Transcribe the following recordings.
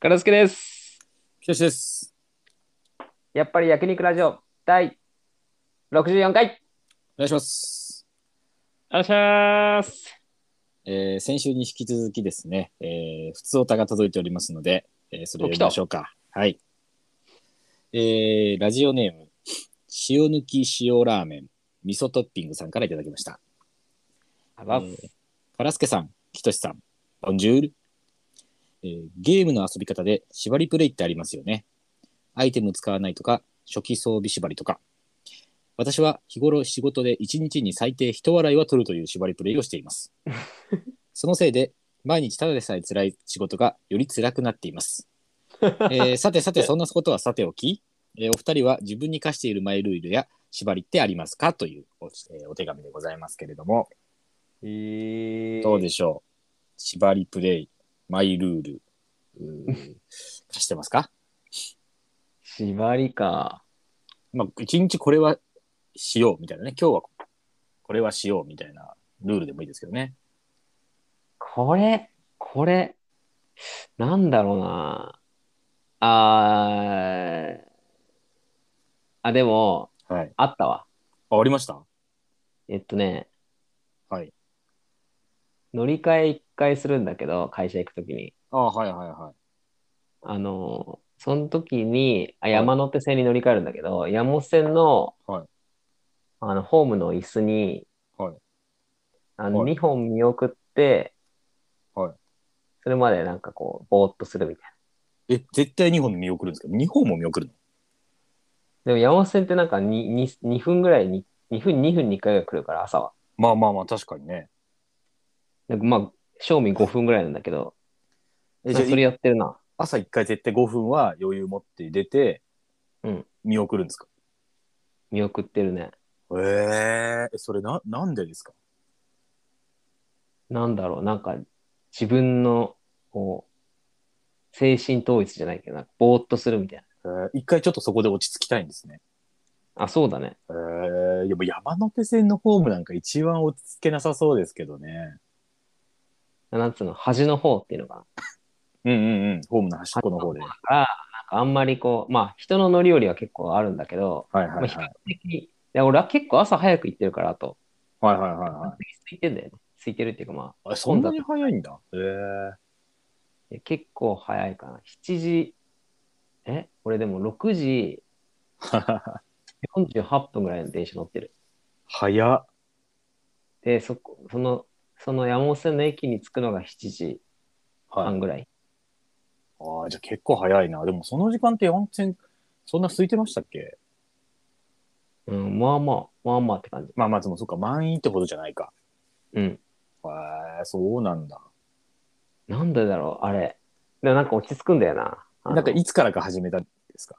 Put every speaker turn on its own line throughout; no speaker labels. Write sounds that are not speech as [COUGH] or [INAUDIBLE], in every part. からすけです。
きとしです。
やっぱり焼肉ラジオ第64回。
お願いします。
あらっしゃーす。
えー先週に引き続きですね、えー、普通おたが届いておりますので、えーそれを読みましょうか。はい。えーラジオネーム、塩抜き塩ラーメン、味噌トッピングさんからいただきました。
あばっす、
えーカラスケさん、キトシさん、ボンジュール、えーゲームの遊び方で縛りプレイってありますよね。アイテム使わないとか、初期装備縛りとか。私は日頃仕事で1日に最低一笑いは取るという縛りプレイをしています。そのせいで、毎日ただでさえ辛い仕事がより辛くなっています。えーさてさて、そんなことはさておき、えーお二人は自分に課しているマイルールや縛りってありますかというお,、えーお手紙でございますけれども。
えー
どうでしょう縛りプレイ、マイルール、うー課してますか
縛りか。
まあ、一日これはしようみたいなね。今日はこれはしようみたいなルールでもいいですけどね。
これ、これ、なんだろうな。あー、あ、でも、
はい。
あったわ。
あ、ありました
えっとね、
はい。
乗り換え一回するんだけど、会社行くときに。
あはいはいはい。
あの、その時に、あ、山手線に乗り換えるんだけど、山手線の、
はい
あの、ホームの椅子に、
はい
あの、
はい
2本見送って、
はい
それまでなんかこう、ぼーっとするみたい
え、絶対2本見送るんですけど、2本も見送るの
な。でも山手線ってなんか 2, 2, 2分ぐらいに、2分、2分に1回が来るから、朝は。
まあまあまあ、確かにね。
でまあ、正味5分ぐらいなんだけど、
え
そ
じゃあ
れやってるな。
朝1回絶対5分は余裕持って出て、
うん
見送るんですか
見送ってるね。
へえ、それな、なんでですか
なんだろう、なんか自分のこう精神統一じゃないけど、なんかぼーっとするみたい
えー、一回ちょっとそこで落ち着きたいんですね。
な。あ、そうだね。
えー、でも山手線のホームなんか一番落ち着けなさそうですけどね。
なんつうの、端の方っていうのかな。
うんうんうん。ホームの端っこの方で。はい
だから、なんかあんまりこう、まあ人の乗り降りは結構あるんだけど、
はい
ま
は
あ、
い。
比較的に、いや俺は結構朝早く行ってるから、あと、
はいはいはいは
空いてんだよね。空いてるっていうかま
い。あそんなに早いんだ。え
あ、結構早いかな。7時、え俺でも6時
ー、
48分ぐらいの電車乗ってる。
早っ。
で、そこ、その、その山手線の駅に着くのが7時
はい。
半ぐらい。
ああ、じゃあ結構早いな。でもその時間って温泉、そんな空いてましたっけ
うん、まあまあ、まあまあって感じ。
まあまあ、でもそっか、満員ってほどじゃないか。
うん。
えー、そうなんだ。
なんでだろう、あれ。でもなんか落ち着くんだよな。あの
なんかいつからか始めたんですか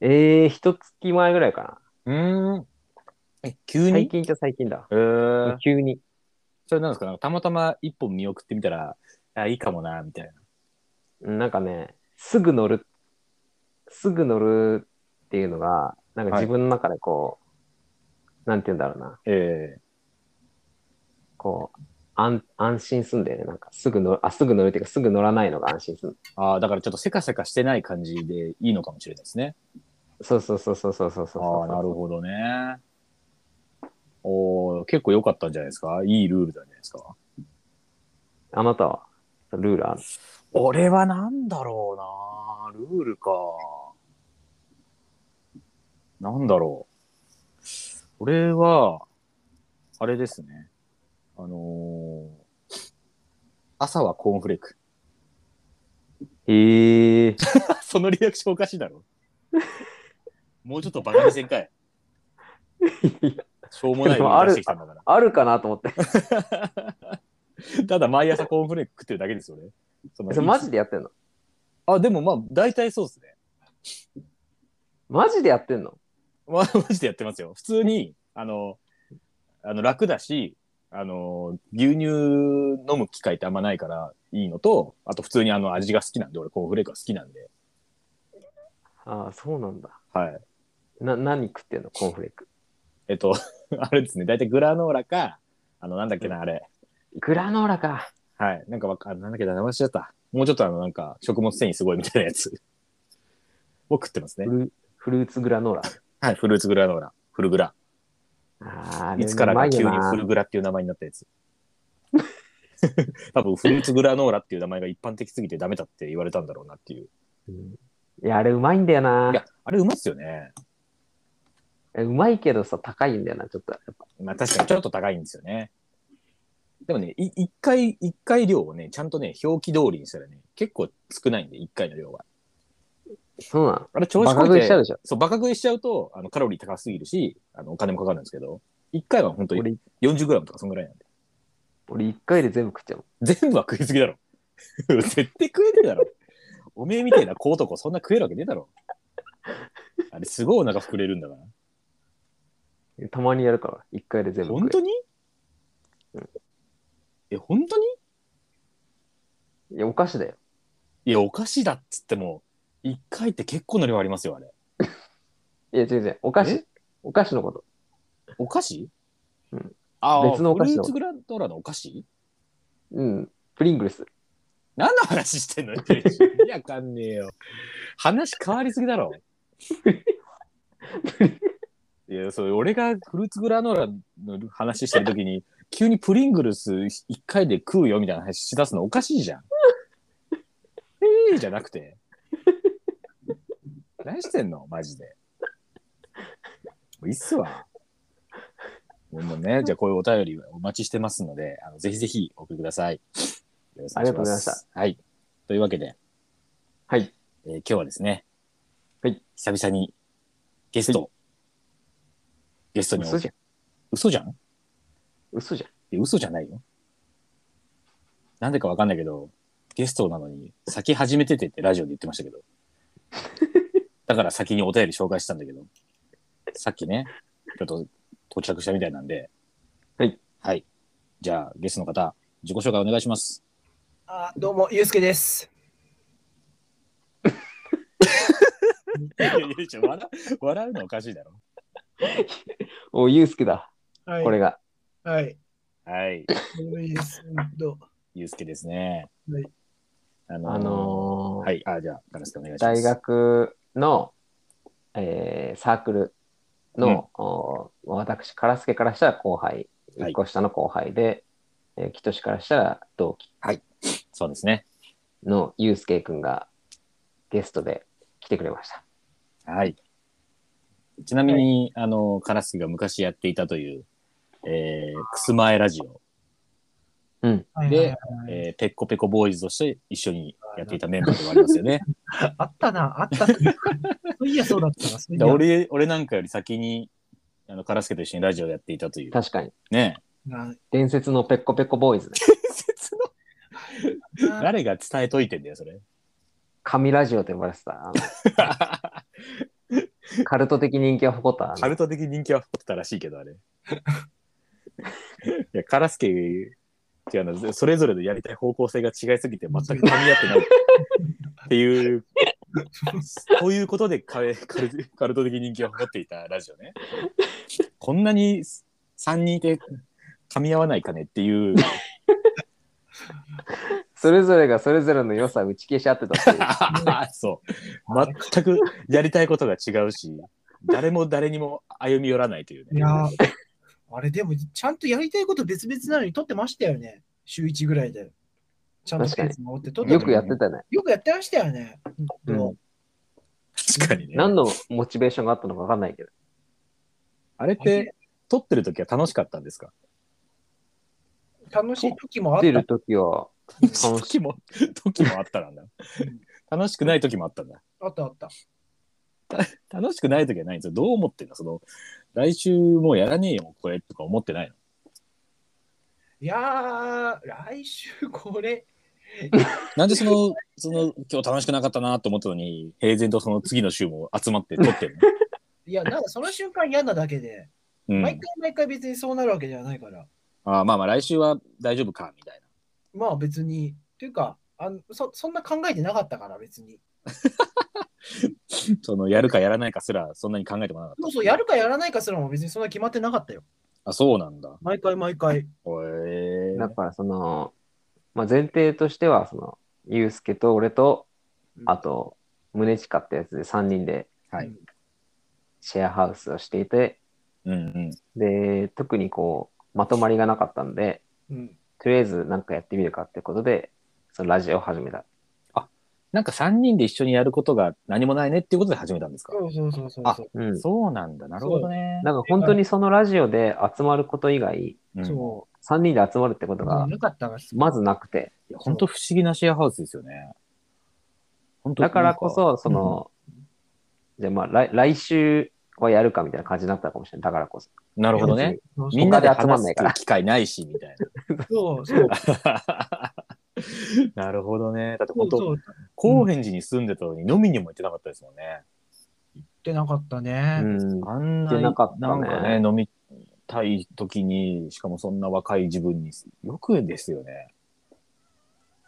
ええー、一月前ぐらいか
うーん。え、
な。
急に
最近っちゃ最近だ。
えー、
急に。
それなんですかなんかたまたま一本見送ってみたら、あ、いいかもな、みたいな。
うんなんかね、すぐ乗る、すぐ乗るっていうのが、なんか
はい
自分の中でこう、なんて言うんだろうな。
ええ
こう、安安心すんだよね。なんかすぐ乗る、あ、すぐ乗るっていうか、すぐ乗らないのが安心する。
ああ、だからちょっとせかせかしてない感じでいいのかもしれないですね。
そうそうそうそうそうそうそう。
ああ、なるほどね。おお結構良かったんじゃないですかいいルールなんじゃないですか
あなたは、ルールある。
俺はなんだろうなルールか。なんだろう。俺は、あれですね。あのー朝はコーンフレーク。 [LAUGHS]
ええー。
そのリアクションおかしいだろ。もうちょっとバカにせんかい。しょうもないのを出してきたんだか
[LAUGHS]
ら。
あるかなと思って。
[LAUGHS] ただ毎朝コーンフレーク食ってるだけですよね。その
それマジでやってんの
あ、でもまあ大体そうですね。 [LAUGHS]
マジでやってんの
まあ、マジでやってますよ。普通に、あの、あの楽だし、あの、牛乳飲む機会ってあんまないからいいのと、あと普通にあの味が好きなんで、俺コーンフレークが好きなんで。
ああ、そうなんだ。
はい。
な、何食ってんのコーンフレーク。
えっと、 [LAUGHS] あれですね。大体グラノーラか、あの、なんだっけな、あれ。
グラノーラか。
はい。なんかわか、なんだっけな、名前しちゃった。もうちょっとあの、なんか、食物繊維すごいみたいなやつを食ってますね
フ。ルフルーツグラノーラ。
はい、フルーツグラノーラ、フルグラ。
あー
いつからか急に
あ
フ
れうまいよ
ルグラっていう名前になった
[LAUGHS]
やつ。多分フルーツグラノーラっていう名前が一般的すぎてダメだって言われたんだろうなっていう。。
なうんいや、あれうまいんだよない
や、あれうまいっすよね。
えうまいけどさ、高いんだよな、ちょっと。やっぱ
まあ確かにちょっと高いんですよね。でもね、い一回、一回量をね、ちゃんとね、表記通りにしたらね、結構少ないんで、一回の量は。
そうなの
あれ調子
バカ
こ
食
い
いしちゃう
て、
でしょ。
そう、バカ食いしちゃうと、あの、カロリー高すぎるし、あの、お金もかかるんですけど、一回は本当に
俺、
40グラムとかそんぐらいなんで。
俺一回で全部食っちゃう。
全部は食いすぎだろ。 [LAUGHS] 絶対食えねえだろ。おめえみたいな小男そんな食えるわけねえだろ。あれすごいお腹膨れるんだから。
たまにやるから、一回で全部
本
食
当にえ、本当に
える。いや、お菓子だよ。
いや、お菓子だっつっても、一回って結構な量ありますよ、あれ。
いや、違う違う。お菓子
え
お菓子のこと。
お菓子
うん。
ああ、
別のお菓子
フル
の
ーツグラドーラのお菓子
うん。プリングルス。
何の話してんのいや、かんねえよ。話変わりすぎだろ。いや、それ俺がフルーツグラノーラの話してるときに、 [LAUGHS] 急にプリングルス一回で食うよみたいな話しだすのおかしいじゃん。ええじゃなくて。 [LAUGHS] 何してんのマジで。もういいっすわ。もうね、じゃあこういうお便りお待ちしてますので、あのぜひぜひお送りください。よろしく
あ
お願
りがとうございました
す。はい。というわけで、
はい。
えー今日はですね、
はい。
久々にゲスト、ゲストにお
嘘じゃん。
嘘じゃん
嘘じゃん。
え嘘じゃないよ。なんでかわかんないけど、ゲストなのに、先始めててってラジオで言ってま [LAUGHS] したけど。だから先にお便り紹介したんだけど、さっきね、ちょっと到着したみたいなんで。
はい。
はい。じゃあ、ゲストの方、自己紹介お願いします。
あどうも、ゆうすけです。
いやいやいや、笑う笑うのおかしいだろ。
お、ユースケだ。
はい、
これが。
はい。
はい。
どうもいいです。うんと
ゆうすけですね。
はい。
あのー
あのー
はい。あ、じゃあ、ガラスケお願いしま
大
す。
学の、えーサークルの、お私、カラスケからしたら後輩、
はい
一個下の後輩で、えーキトシからしたら同期
そうですね。
のユースケくんがゲストで来てくれました。
はい。ちなみに、あの、カラスキが昔やっていたという、えー、くすまえラジオ、
はい
で
はいはい
えー、ペッコペコボーイズとして一緒にやっていたメンバーではありますよね。
あったな、あったというか。そういや、そうだったな。そうい
で
や、
俺、俺なんかより先に、あの、カラスケと一緒にラジオやっていたという。
確かに。
ね
な
伝説のペッコペコボーイズね。 [LAUGHS]
な
誰が伝えといてんだよ、それ。
神ラジオと呼ばれてた。あ
[LAUGHS] カ
のカルト的人気を誇った。あの
ルト的人気は誇ってたらしいけど、あれ。いや、カラスケ、違うな、それぞれのやりたい方向性が違いすぎて全く噛み合ってないっていうということでカルカルカルト的人気を誇っていたラジオね。こんなに3人いて噛み合わないかねっていう。
それぞれがそれぞれの良さを打ち消し合ってた
[LAUGHS]
っていう
そう。全くやりたいことが違うし、誰も誰にも歩み寄らないという
い
ね。
や、あれでも、ちゃんとやりたいこと別々なのに撮ってましたよね。週1ぐらいで。ちゃんと
確かに
ペース守って撮って
よ
た
くやってたね。
よくやってましたよね。
うん
も
確かにね。
何のモチベーションがあったのか分かんないけど。
あれって撮ってる時は楽しかったんですか
う楽しい時もあっ
出
た。
るときは、
楽
しい
時も、 [LAUGHS] 時もあったなんだ。楽しくない時もあったんだ。
あったあった。
楽しくない時はないんですよ。どう思ってんのその、来週もうやらねえよ、これとか思ってないの
いやー、来週これ、
なんでそ [LAUGHS] の、その、今日楽しくなかったなと思ったのに、平然とその次の週も集まって撮って [LAUGHS] る
いや、なんかその瞬間嫌なだけで、
の。うん。
毎回毎回別にそうなるわけではないから。
あーまあまあ、来週は大丈夫か、みたいな。
まあ別に、っていうか、あのそそんな考えてなかったから別に。
[LAUGHS] その、やるかやらないかすら、そんなに考えてもなかっ
そうそう、やるかやらないかすらも別にそんな決まってなかったよ。
た。あ、そうなんだ。へ
毎回毎回。
え
だからその、まあ、前提としては、その、ゆうすけと俺と、
うん
あと、宗近ってやつで3人で
はい
うん
シェアハウスをしていて、
うんうん。
で、特にこう、まとまりがなかったんで、
うん。
とりあえずなんかやってみるかってことで、そのラジオを始めた。
なんか3人で一緒にやることが何もないねっていうことで始めたんですか、
そうそうそうそう
あ
そう。
うん。
そうなんだ。なるほどね。
なんか本当にそのラジオで集まること以外、
うん
そ
3人で集まるってこ
う。
とが
なかったが、
まずなくて、
いや本当不思議なシェアハウスですよね。本当
だからこ、
なん
そ、その、じゃあまあ来来週はやるかみたいな感じになったかもしれない。だからこそ。
なるほどね。
そうそう
みんなで
他で集ま
話
んない
す
から
機会ないし、みたい
そうそう。
な。 [LAUGHS] なるほどね。だって
そ
本
う
当、
そう。
高円寺に住んでたのに飲みにも行ってなかったですもんね。
ってなかった
う
ね。
ん。
あんな
行ってなかったね
なんかね、飲みたい時に、しかもそんな若い自分に、よくですよ [LAUGHS] ね。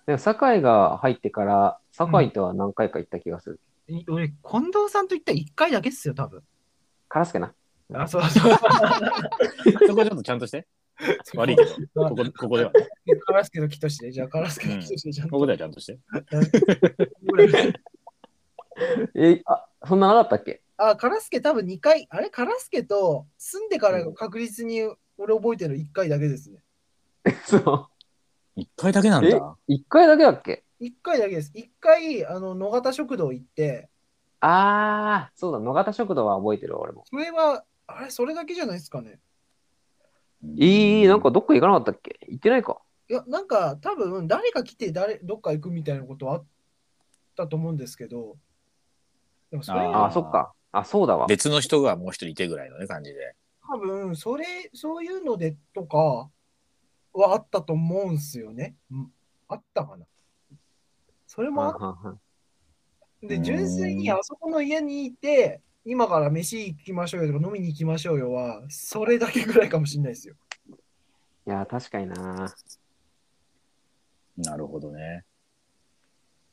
でも、酒井が入ってから、酒井とは何回か行った気がする。
い俺、近藤さんと行った1回だけっすよ、多分。
カラスケな。
あ、そうそう。
そこはちょっとちゃんとして。悪いけど、 [LAUGHS] ここここでは、ね。
カラスケのキトシで、じゃあカラスケのキトシで、じゃあ、
ここではちゃんとして。
え、あ、そんななかったっけ [LAUGHS]
あ、カラスケ多分2回、あれカラスケと住んでから確実に俺覚えてるの1回だけですね。
そ
一回だけなんだ。
う。一回だけだっけ
1回だけです。1回、あの、野方食堂行って、
あー、そうだ、野方食堂は覚えてるわ俺も。
それは、あれ、それだけじゃないですかね。
いい、なんかどっか行かなかったっけ行ってないか。
いや、なんか多分誰か来て誰、どっか行くみたいなことはあったと思うんですけど、でもそれ
あー
あー、そっか。あ、そうだわ。
別の人がもう一人いてぐらいのね、感じで。
多分それ、そういうのでとかはあったと思うんすよね。うんあったかな。それもあっ
うんうん
で、
うん
純粋にあそこの家にいて、今から飯行きましょうよとか飲みに行きましょうよは、それだけぐらいかもしれないですよ。
いやー、確かにな。
なるほどね。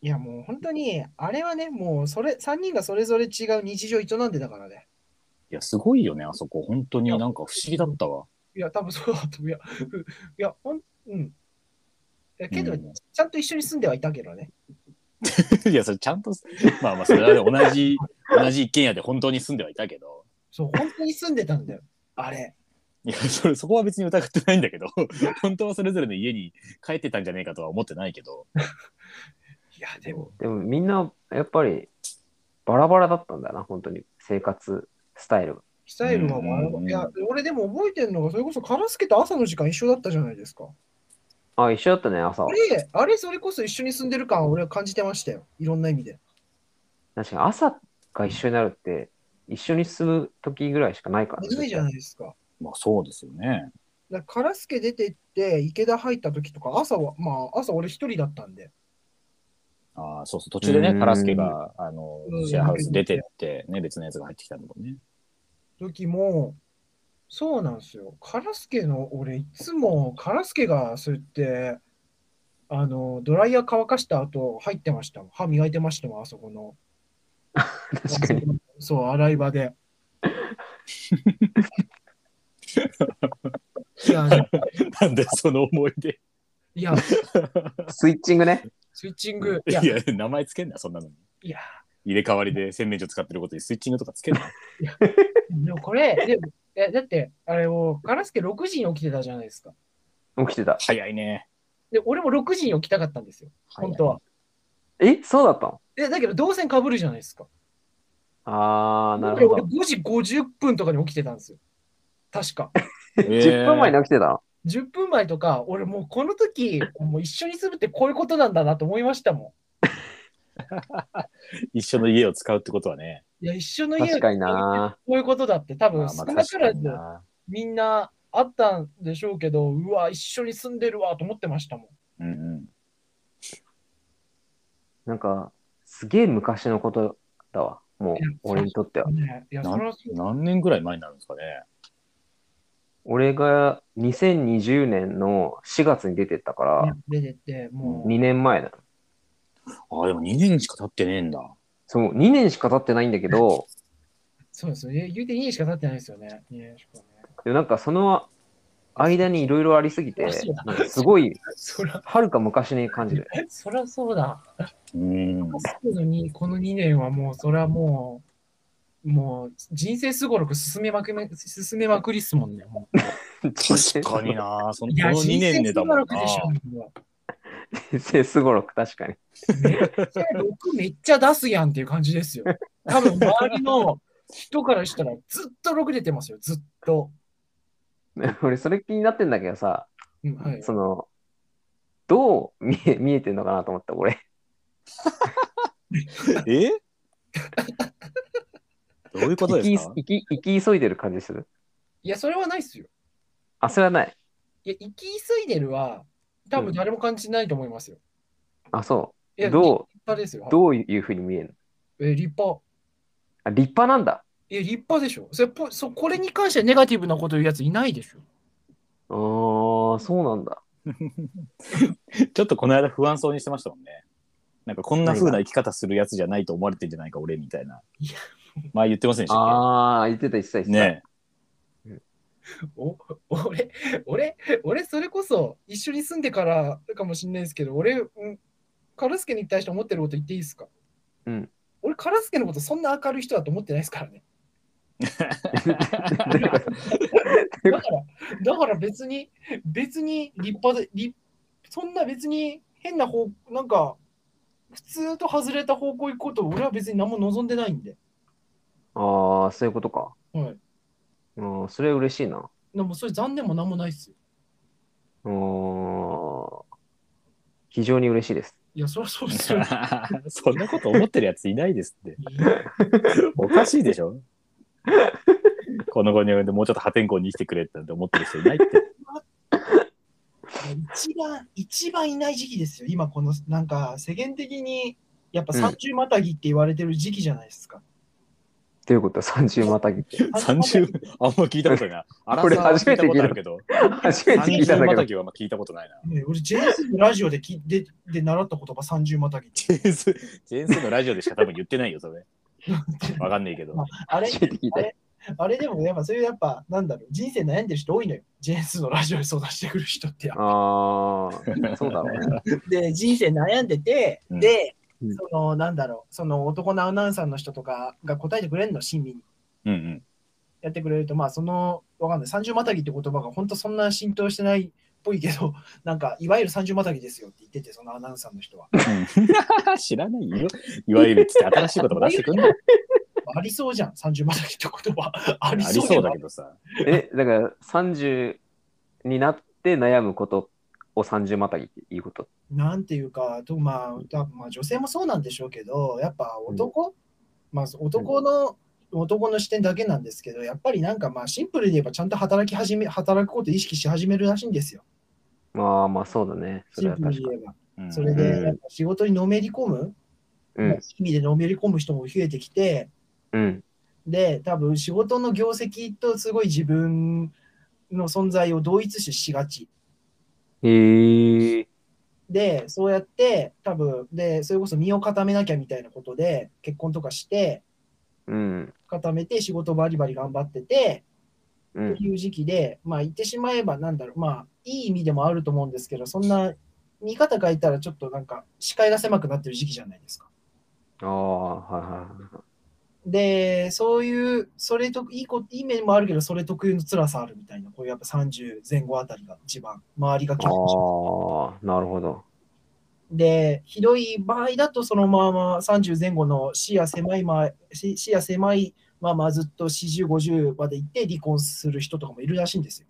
いや、もう本当に、あれはね、もうそれ、3人がそれぞれ違う日常営んでたからね。
いや、すごいよね、あそこ。本当になんか不思議だったわ。
いや、多分そうだと思う。いや、ふいや、ほん、うん。いやけど、
うん
ちゃんと一緒に住んではいたけどね。
いや、それちゃんと、まあまあ、それはね同じ、同じ一軒家で本当に住んではいたけど。
そう、本当に住んでたんだよ。あれ。
いや、それ、そこは別に疑ってないんだけど、 [LAUGHS] 本当はそれぞれの家に帰ってたんじゃねえかとは思ってないけど。
いや、でも、
でもみんな、やっぱり、バラバラだったんだな、本当に。生活、スタイルが。
スタイルは、
うんうんうん
いや、俺でも覚えてるのが、それこそカラスケと朝の時間一緒だったじゃないですか。
あ、一緒だったね、朝は
あ。れ、あれ、それこそ一緒に住んでる感、俺は感じてましたよ。いろんな意味で。
確かに朝が一緒になるって、一緒に住む時ぐらいしかないから
ないじゃないですか。
まあ、そうですよね。
だから、カラスケ出てって、池田入った時とか、朝は、まあ、朝俺一人だったんで。
ああ、そうそう。途中で
う
ね、
ん
カラスケが、あの
う、ん
シェアハウス出てって、ね、別のやつが入ってきたんだもんね。
時も、そうなんですよ。カラスケの、俺、いつもカラスケが、そうやって、あの、ドライヤー乾かした後、入ってましたもん。歯磨いてましたもん、あそこの。
確かに。
そう、洗い
[LAUGHS]
場で。いや、
なんで、その思い出。
いや、
スイッチングね。
スイッチング。
い
い
や
や、、
名前つけんな、そんなのに。
いや、
入れ替わりで洗面所使ってることにスイッチングとかつけんな。
でもこれ、でもえだって、あれを、カラスケ6時に起きてたじゃないですか。
起きてた。
早いね。
で、俺も6時に起きたかったんですよ、
早い
本当は。
え、そうだったの
えだけど、動線かぶるじゃないですか。
あー、な
だから
るほ
俺
ど。
5時50分とかに起きてたんですよ。確か。 [LAUGHS]
えー
10分前に起きてたの
10分前とか、俺もうこの時、もう一緒に住むってこういうことなんだなと思いましたも
一緒の家を使うってことはね。
ん。いや、一緒の家
確かにな。
こういうことだって、多
ま
分
あま
少
あ
な
確
から
か
ず
にな。
みんなあったんでしょうけど、うわ、一緒に住んでるわと思ってましたも
う
ん。
んうん。
なんか、すげえ昔のことだわ。もう、俺にとっては。
ね、いや、それはそう
何年ぐらい前になるんですかね。
俺が2020年の4月に出てったから、
出てて、もう、
2年前だ。
ああ、でも2年しか経ってねえんだ。
そう、2年しか経ってないんだけど、
そうですよね。言うて2年しか経ってないですよね。2年しかね。
でもなんかその間にいろいろありすぎて
あそう、
なんかすごい、
そら、
はるか昔に感じ
[LAUGHS]
る。
そらそうだ。
うん。
そうのに、この2年はもう、そらもう、もう、人生すごろく進めまくめ進めまくりっすもんね。もう
確
[LAUGHS]
かになその
い
こ
や、
の2
人
年
生
ですだ
ご
もんな
ろくでしょ。もう
人生すごろく、確かに。
めっちゃ6めっちゃ出すやんっていう感じですよ。多分、周りの人からしたら、ずっと6出てますよ、ずっと。
俺、それ気になってんだけどさ、
うんはい、
その、どう見え見えてんのかなと思った、俺。
え [LAUGHS] どういうこと
生
で
き
すか
生き生き急いでる感じする。
いや、それはないっすよ。
あ、それはない。
いや、生き急いでるは、多分誰も感じないと思いますよ。
あ、そ
いや、
ど
立派ですよ
う。。どういうふうに見えるの
え、立派。
あ、立派なんだ。
いや、立派でしょ。それぽそこれに関してネガティブなこと言うやついないでしょ。
あー、そうなんだ。
ちょっとこの間不安そうにしてましたもんね。なんかこんな風な生き方するやつじゃないと思われてんじゃないか、俺みたいな。
いや
前言ってませんでしたっ
あー、言ってた、言ってた、言っ
け
てた。
ね
お俺、俺、俺、それこそ一緒に住んでからかもしれないですけど、俺、うん、カラスケに対して思ってること言っていいですか
うん。
俺、カラスケのことそんな明るい人だと思ってないですか
[LAUGHS]
らね。
どういうこと
だから、だから別に、別に立派で、立そんな別に変な方、なんか、普通と外れた方向行くことを俺は別に何も望んでないんで。
[LAUGHS] あー、そういうことか。
はい。
うん、それ嬉しいな。
でもそれ残念も何もないっすよ。
うん、非常に嬉しいです。
いや、そりゃそうっすよ。
ね [LAUGHS] そんなこと思ってるやついないですって。
いや
おかしいでしょ [LAUGHS] この後に及んでもうちょっと破天荒に生きてくれってなんて思ってる人
[LAUGHS]
いないって。
一番、一番いない時期ですよ。今、この、なんか、世間的に、やっぱ三十またぎって言われてる時期じゃないですか。
ということは30またぎ
[LAUGHS]
って。
30あんま聞いたことないな。あ
[LAUGHS]
ら
これ初めて聞いた
聞いたことあるけど。
[LAUGHS] 初めて聞いたんだ
30
け
ま
ど
た。ぎはあんま聞いたことないな。 [LAUGHS]
ね、俺、JS のラジオで聞いでで習った言葉三十またぎって。
ジェーンス、ジェーンスのラジオでしか多分言ってないよ、それ。わかんないけど。
あれ
初、めて聞いた。
あれでも、やっぱ、そういう、やっぱ、なんだろう、人生悩んでる人多いのよ。JS のラジオで相談してくる人って。
ああ、そうだろうね。
で、人生悩んでて、
うん
で、
うん
その、なんだろう、その男のアナウンサーの人とかが答えてくれるの、親身に。
うんうん。
やってくれると、まあ、その、わかんない、三十またぎって言葉が本当そんな浸透してないっぽいけど、 [LAUGHS] なんか、いわゆる三十またぎですよって言ってて、そのアナウンサーの人は。
うん [LAUGHS] 知らないよ。いわゆるっつって新しい言葉出してくん
[LAUGHS]
の
ありそうじゃん、三十またぎって言葉。 [LAUGHS] あ
あ
り
り
そうじ
そ
ゃ
うんだけどさ。
[LAUGHS] え、だから30になって悩むことを30またぎっていうこと。
なんていうか、とまあ、たまあ、女性もそうなんでしょうけど、やっぱ男、まあ、男の、男の視点だけなんですけど、やっぱりなんかまあシンプルに言えばちゃんと働き始め、働くことを意識し始めるらしいんですよ。
まあまあそうだね。そ
シ
れ
ン
は
プル
確
に
か
言
に。
えば。
うん
それで、やっぱ仕事にのめり込む、
う
まあ
ん
い。い意味でのめり込む人も増えてきて、
うん。
で多分仕事の業績とすごい自分の存在を同一視しがち
へえ。
でそうやって多分でそれこそ身を固めなきゃみたいなことで結婚とかして
うん。
固めて仕事バリバリ頑張ってて
う
っ
ん
て。いう時期でまあ言ってしまえばなんだろうまあいい意味でもあると思うんですけどそんな見方変えたらちょっとなんか視界が狭くなってる時期じゃないですか。
ああ、はいはいはい。
で、そういう、それと、いいこ、いい面もあるけど、それ特有の辛さあるみたいな、こういうやっぱ30前後あたりが一番、周りが気
あ
にし
あ、なるほど。
で、ひどい場合だと、そのまま30前後の視野狭いま、視視野狭いままずっと40、50まで行って離婚する人とかもいるらしいんですよ。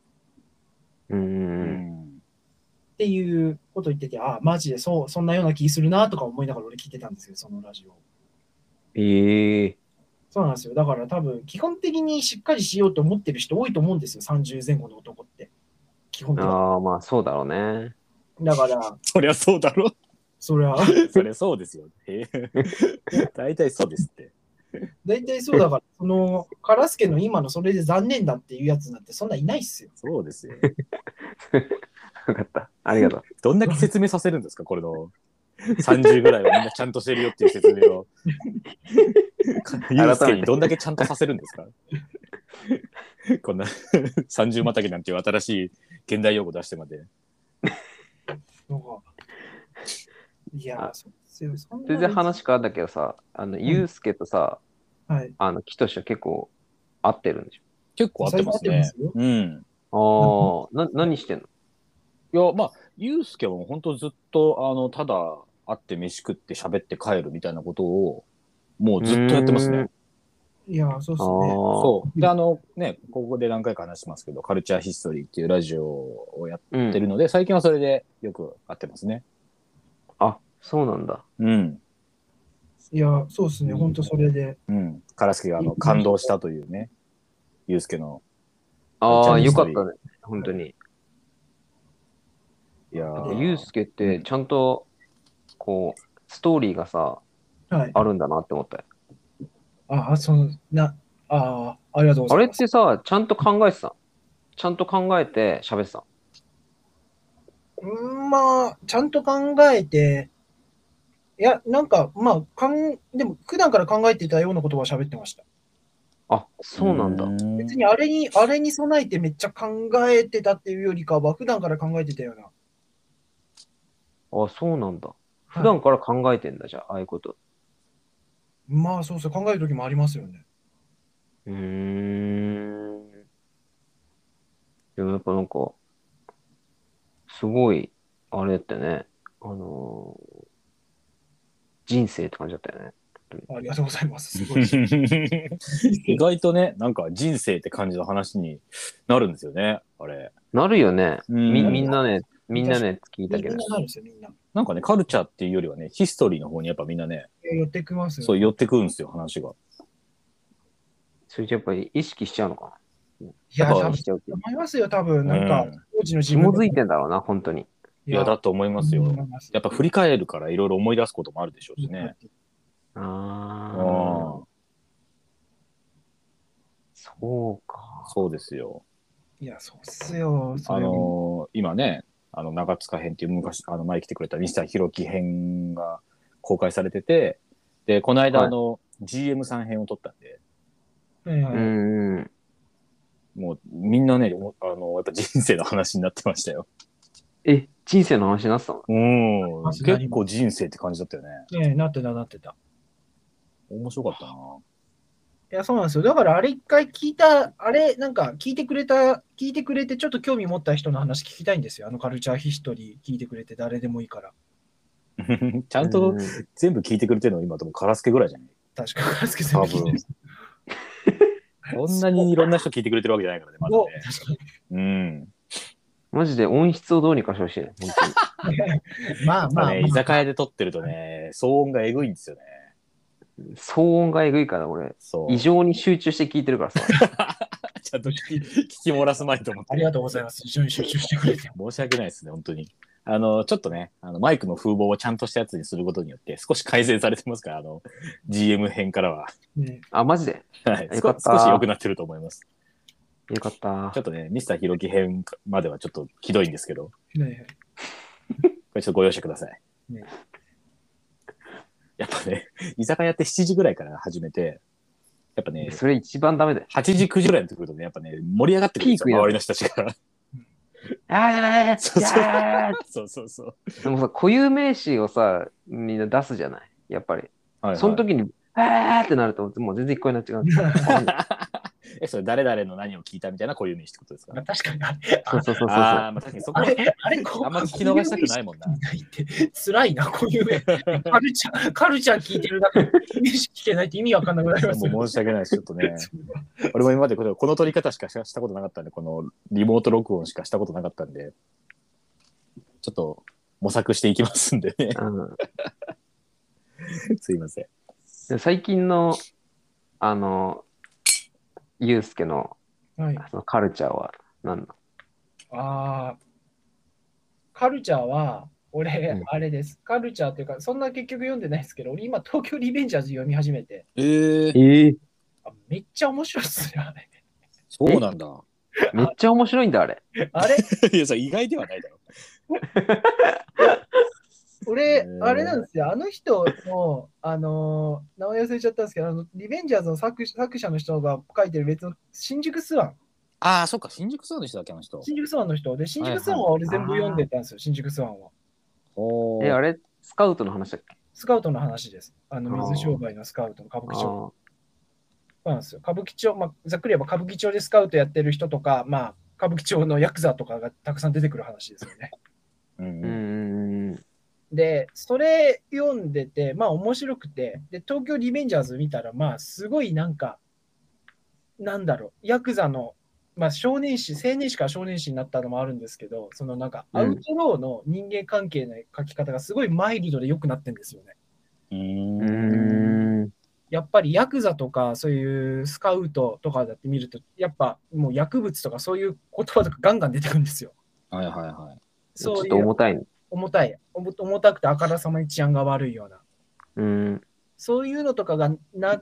う。
うんん
っていうこと言ってて、ああ、マジでそう、そんなような気するなとか思いながら俺聞いてたんですよ、そのラジオ。
ええ。
そうなんですよ。だから多分、基本的にしっかりしようと思ってる人多いと思うんですよ、30前後の男って。基本的に。
ああ、まあそうだろうね。 [LAUGHS]
だから、
そりゃそうだろ。
それは、
そりゃそうですよ。えー [LAUGHS] 大体そうですって。
大体そうだから、その、カラスケの今のそれで残念だっていうやつなんてそんないないっすよ。
そうですよ。
よかった。ありがとう。
どんだけ説明させるんですか、これの。30ぐらいはみんなちゃんとしてるよっていう説明を。ユうスケにどんだけちゃんとさせるんですかこんな30またぎなんていう新しい現代用語出してまで。
のが。いやー、
あ
そうですよ。そんな
全然話変わったけどさ、あの、ゆうすけとさ、
はい。
あの、きとしは結構合ってるんでし
結構合ってます
最近合ってま
ね
すよ。
うん。
ょ。ああ、な、何してんの
いや、まあ、ゆうすけはもう本当ずっと、あの、ただ会って飯食って喋って帰るみたいなことを、もうずっとやってますね。
いやー、そうですね。
あ
そう。で、あの、ね、ここで何回か話してますけど、カルチャーヒストリーっていうラジオをやっ
あ、う
てる
ん。
ので、最近はそれでよく会ってますね。
あ、そうなんだ。
うん。
いやー、そうですね。本当それで。
うん。カラスケがあの感動したというね、ゆうすけの。
ああ、
ジャニー
よ
ズ
か
よ
っ
り
たね。本当に。
いやー
ゆうすけって、ちゃんと、こう、ストーリーがさ、
はい。
あるんだなって思ったよ。
ああ、その、な、ああ、ありがとうご
あ
ざ
れ
い
っ
ます。
てさ、ちゃんと考えてた。ちゃんと考えて喋ってた。
うん、まあ、ちゃんと考えて、いや、なんか、まあ、かん、でも、普段から考えてたようなことは喋ってました。
あ、そうなんだ。
別にあれに、あれに備えてめっちゃ考えてたっていうよりかは、普段から考えてたような。
あ、そうなんだ。普段から考えてんだ、じゃあ、ああいうこと。
まあ、そうそう、考える時もありますよね。
うーん。でもやっぱなんか、すごい、あれってね、あのー人生って感じだったよね。
ありがとうございます。す
[LAUGHS]
ご
[LAUGHS]
い。
意外とね、なんか人生って感じの話になるんですよね、あれ。
なるよね。
うん
みみんなね、みんなね、聞いた
みん
けど
な。なんですよ、みんな。
なんかね、カルチャーっていうよりはね、ヒストリーの方にやっぱみんなね、
えー寄ってきますよ。
そう寄ってくるんですよ、話が。
それじゃやっぱり意識しちゃうのか
いや、
な。
やっ
多
意
ぱ
分
識しちゃうっていう
思いますよ、多分。なんか、
うん
当時の自分
紐づいてんだろうな、本当に。
いや、だと思いますよ。やっぱ振り返るからいろいろ思い出すこともあるでしょうしね。。うん
ああ、そうか。
そうですよ。
いや、そうっすよ。そ
あ
れは
のー今ね、あの、長塚編っていう昔、あの、前来てくれたミスターヒロキ編が公開されてて、で、この間、
はい
あの、GM さん編を撮ったんで、
はいは
う
い
んうん。
もうみんなね、おあの、やっぱ人生の話になってましたよ。
え、人生の話になってたの
うん。
話になります
結構人生って感じだったよね。
ねえなってた、なってた。
面白かったな。
いや、そうなんですよ。だから、あれ一回聞いた、あれ、なんか、聞いてくれた、聞いてくれて、ちょっと興味持った人の話聞きたいんですよ。あの、カルチャーヒストリー聞いてくれて、誰でもいいから。
[LAUGHS] ちゃん
う
と
ん
全部聞いてくれてるの今でもカラスケぐらいじゃない
確か、カラスケさんに聞いてる人
こんなにいろんな人聞いてくれてるわけじゃないからね、まだ
を
ね。うん。
マジで音質をどうにかしてほしいね。本当に
確かにまあま
ま
あ、
あ
まあ
ね、居酒屋で撮ってるとね、騒音がえぐいんですよね。
[LAUGHS] 騒音がえぐいから俺、
そう。
異常に集中して聞いてるからさ。
ちゃんと聞き聞き漏らすまいと思って。
ありがとうございます。非常に集中してくれて。
申し訳ないですね、本当に。あの、ちょっとね、あのマイクの風貌をちゃんとしたやつにすることによって、少し改善されてますから、あの、GM 編からは。
ね
あ、マジで
はい。
よか
少
った
少し良くなってると思います。
よかった
ちょ。っとね、ミスターヒロキ編まではちょっとひどいんですけど、こ
ね
れちょっとご容赦ください。
ね
やっぱね、居酒屋って7時ぐらいから始めて、やっぱね、
それ一番ダメだよ。
8時、9時ぐらいになってくるとね、やっぱね、盛り上がってくるんで
ピー
す
ク
よ、
や
周りの人た
[LAUGHS]
ちが。
あーやばいやばいやばい
そうそう
やばい
そうそうそう。
でもさ、固有名詞をさ、みんな出すじゃないやっぱり。
はいはい
その時に、あーってなると、もう全然聞こえなくなっちゃう。
[LAUGHS] え、それ誰々の何を聞いたみたいなこういう名詞ってことですか
まあ確かに、あ
そうそうそうそう。
ああ、まあ確かにそこ
あ
は
れ、あれ、こう
あんま聞き逃したくないもんな。
ないって、辛いな、こういうね、カルチャー、カルチャー聞いてるだけで、イメージ聞けないって意味わかんなくなりますよ
もう申し訳ないです。ちょっと [LAUGHS] ね、
そうだ
俺も今までこれこの撮り方しかししたことなかったんで、このリモート録音しかしたことなかったんで、ちょっと模索していきますんでね。 [LAUGHS]
うん
すいません。
で最近の、あの、ユうスケの
はい。
そのカルチャーは何なの
ああ。カルチャーは、
う
俺
ん、
あれです。カルチャーというか、そんな結局読んでないですけど、俺今、東京リベンジャーズ読み始めて、
ええ
ええ
あめっちゃ面白いっすね、あれ。
そうなんだ。
めっちゃ面白いんだ、あれ。
あれ、
[LAUGHS] いや、それ意外ではないだろ。へ、
俺
ー
あれなんですよ、あの人の、あのー名前忘れちゃったんですけど、あのリベンジャーズの作作者の人が書いてる別の新宿スワン
ああ、そっか、新宿そうでしたっけ、あの人。
新宿スワンの人で、新宿スワンは俺全部読んでたんですよ、新宿スワンは。
お
え、あ
ー
れ、スカウトの話だっけ
スカウトの話です。あの、
あー
水商売のスカウトの歌舞
あ
伎町。
ー
そうなんですよ。歌舞伎町、まあ、ざっくり言えば歌舞伎町でスカウトやってる人とか、まあ、歌舞伎町のヤクザとかがたくさん出てくる話ですよね。
う
うんん。
で、それ読んでて、まあ面白くて、で、東京リベンジャーズ見たら、まあすごいなんか、なんだろう、ヤクザの、まあ少年誌、青年誌から少年誌になったのもあるんですけど、そのなんか、
うん
アウトローの人間関係の書き方がすごいマイルドで良くなってんですよね。
う。
うんん。
やっぱりヤクザとか、そういうスカウトとかだって見ると、やっぱもう薬物とかそういう言葉とかガンガン出てくるんですよ。
はいはいはい。
ちょ
そう
っ
い
と
う
重たい。
重たい、重重たくてあからさまに治安が悪いような。
うん。
そういうのとかがな、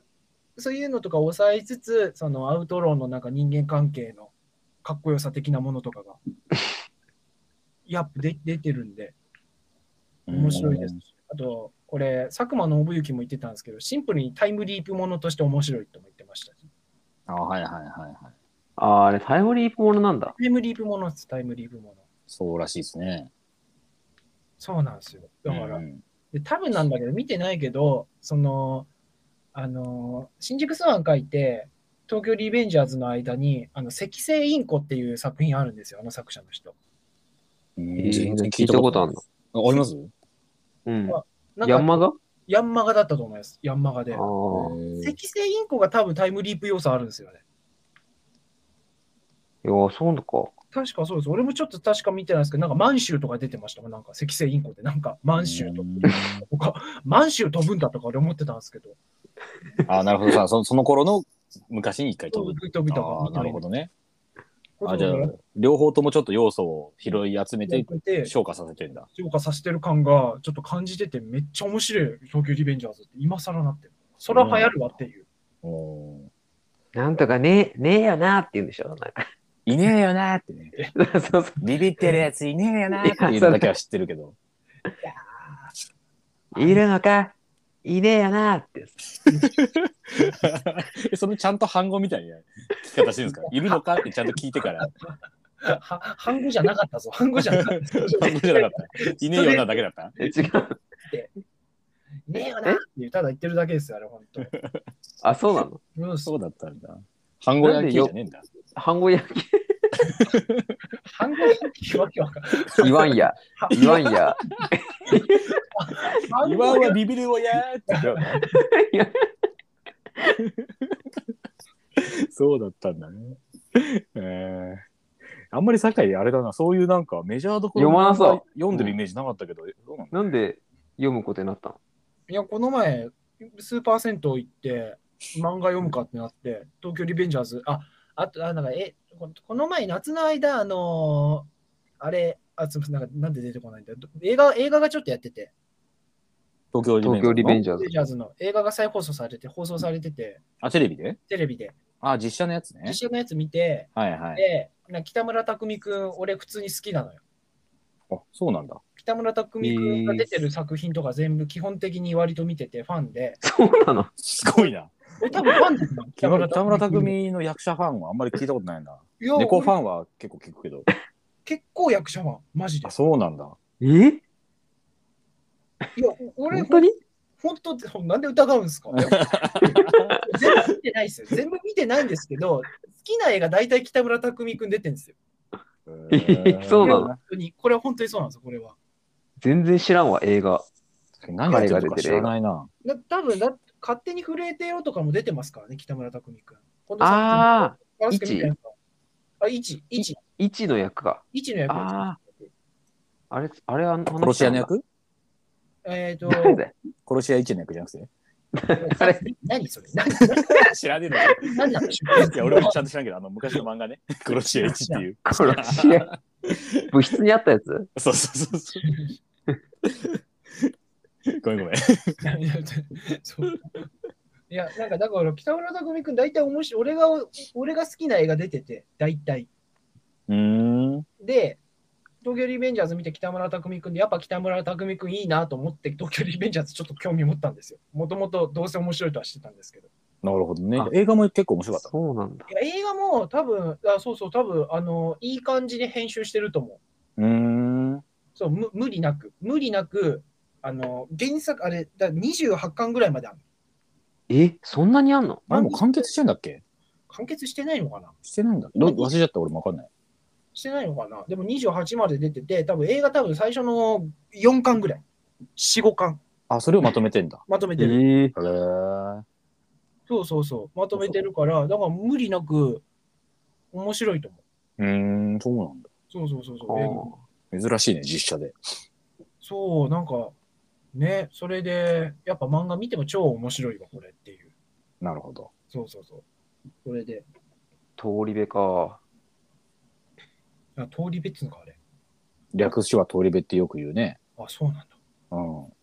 そういうのとかを抑えつつ、そのアウトローのなんか人間関係のかっこよさ的なもの
[LAUGHS]
とかが、やっぱで出てるんで、面白いです。あと、これ、佐久間信行も言ってたんですけど、シンプルにタイムリープものとして面白いとも言ってました。
あはいはいはいはい。
ああ、あれ、タイムリープものなんだ。
タイムリープものです、タイムリープもの。
そうらしいですね。
そうなんですよ。だから、
うん
で多分なんだけど見てないけどそのあの新宿スワン書いて東京リベンジャーズの間に「あの赤星インコ」っていう作品あるんですよあの作者の人。
うん
えー
全然
聞いたことあ
る
る
ああります
の。う。
なんんか
ヤンマガ
ヤンマガだったと思いますヤンマガで。
あ
赤
あ。
へー
星インコが多分タイムリープ要素あるんですよね。
いや、そうなのか。
確かそうです。俺もちょっと確か見てないですけど、なんか満州とか出てましたもん。なんか赤星インコって、なんか満州と
うん
か、満州飛ぶんだとか俺思ってたんですけど、
[LAUGHS] あなるほどさ、そその頃の昔に一回
飛
飛
ぶ
ぶ。
飛ぶとか
あー
みた
ないる
な
ほどね。
こと
あ
を
じゃあ
やっ、
両方ともちょっと要素を拾い集めて、
て、
昇華させてんだ。
強化させてる感がちょっと感じててめっちゃ面白い東京リベンジャーズって今更なってる。そら流行るわっていう。
おー
なんとかね、ねえよなって言うんでしょ。なんか [LAUGHS]
いねえよなーってね。
そうそう。
ビビってるやついねえよなーっていうのだけ
[LAUGHS]
は知ってるけど。 [LAUGHS]
いるのかいねえよなって。
えそのちゃんと反語みたいな聞き方してるん
[LAUGHS]
ですかいるのかってちゃんと聞いてから。
は半語じゃなかったぞ。半語じゃなかった。
反語じゃなか
[LAUGHS]
った。いねえよなだけだった。
え違う。
ねえよなっていうただ言ってるだけですよ、あれ本当。
あ、そうなの
うん、そ
そううだったんだ。反語ヤンキーじゃねえんだ。
半語焼き。
半語ってわけわかんない。
言わん [LAUGHS] や。言わんや。
半
言
語
わんは
は
ビビるわやーって言ったよね [LAUGHS] そうだったんだね。えーあんまり酒井あれだな、そういうなんかメジャーどころ
読まなそう
読んでるイメージなかったけど、どうなんだ
なんで読むことになったの
いや、この前、スーパー銭湯行って、漫画読むかってなって、東京リベンジャーズ、あ、あと、あ、なんか、え、ここの前、夏の間、あのーあれ、あ、すみません、なんか、なんで出てこないんだよ。ど映画、映画がちょっとやってて、
東
東京リベン
ジ
ジャー
リベ
ズ
ン。ジャーズの映画が再放送されて、放送されてて、
あ、テレビで
テレビで、
あ、実写のやつね
実。写のやつ見て、
はいはい。
で、なんか北村匠海くん、俺普通に好きなのよ。
あ、そうなんだ。
北村匠海くんが出てる作品とか全部基本的に割と見てて、ファンで、
そうなの
すごいな。
俺多分ファンだ [LAUGHS] よ
北村匠。海の役者ファンはあんまり聞いたことないな。
いや、
猫フ
俺
ァンは結構聞くけど。
結構役者ファン、マジで
あ、。
[LAUGHS]
そうなんだ。
[LAUGHS] え
いや、俺
本、当に
本当って、なんで疑うん [LAUGHS] ですか全部見てないですよ。全部見てないんですけど、好きな映画、大体北村匠海くん出てるんですよ。
えーそうなの
本当に、これは本当にそうなんですよ、これは。
全然知らんわ、映画。
何やってるのか知らないな。
だ多分だ勝手に震えてよとかも出てますからね、北村匠海くん。この
ああ、
作品ガラスケみたいなあ、1、1、
一の役か。
1の役です
ああ、あれ、あれ、あの
殺し屋の役
えっ、と、
[LAUGHS] 誰だよ
殺し屋一の役じゃなくて。
誰
何それ何
[LAUGHS] 知らねえ
何な
[LAUGHS]
の
いや、俺もちゃんと知らんけど、あの、昔の漫画ね。 [LAUGHS] 殺し屋一っていう。
殺し [LAUGHS] 屋。部室にあったやつ
そうそうそう [LAUGHS] そう。ごめんごめん。
いやいや [LAUGHS] そういや、なんかだから北村匠海君、大体面白い、俺が、俺が好きな映画出てて、大体。
うーん。
で、東京リベンジャーズ見て北村匠海君で、やっぱ北村匠海君いいなと思って、東京リベンジャーズちょっと興味持ったんですよ。もともとどうせ面白いとはしてたんですけど。
なるほどね
あ。
映画も結構面白かった。
そうなんだ。
いや映画も多分、あそうそう、多分あのいい感じで編集してると思う。
うーん。
そうむ無理なく、無理なく、あの原作、あれ、だ28巻ぐらいまである
え、そんなにあんの
あれもう完結してんだっけ
完結してないのかな
してないんだ。ど忘れちゃった俺もわかんない。
してないのかなでも28まで出てて、多分映画、多分最初の4巻ぐらい、4、5巻
あ、それをまとめてんだ。
まとめ
え
てる。
ー、
へー
そうそうそう、まとめてるから、だから無理なく面白いと思う。
うーん、そうなんだ。
そうそうそうそう映画。
あ
珍しいね、実写で。
そう、なんか、ね、それで、やっぱ漫画見ても超面白いわ、これっていう。
なるほど。
そうそうそう。それで、
ー通り部か。
あ通り別のか、あれ。
略しは通り部ってよく言うね。
あ、そうなんだ。
うん。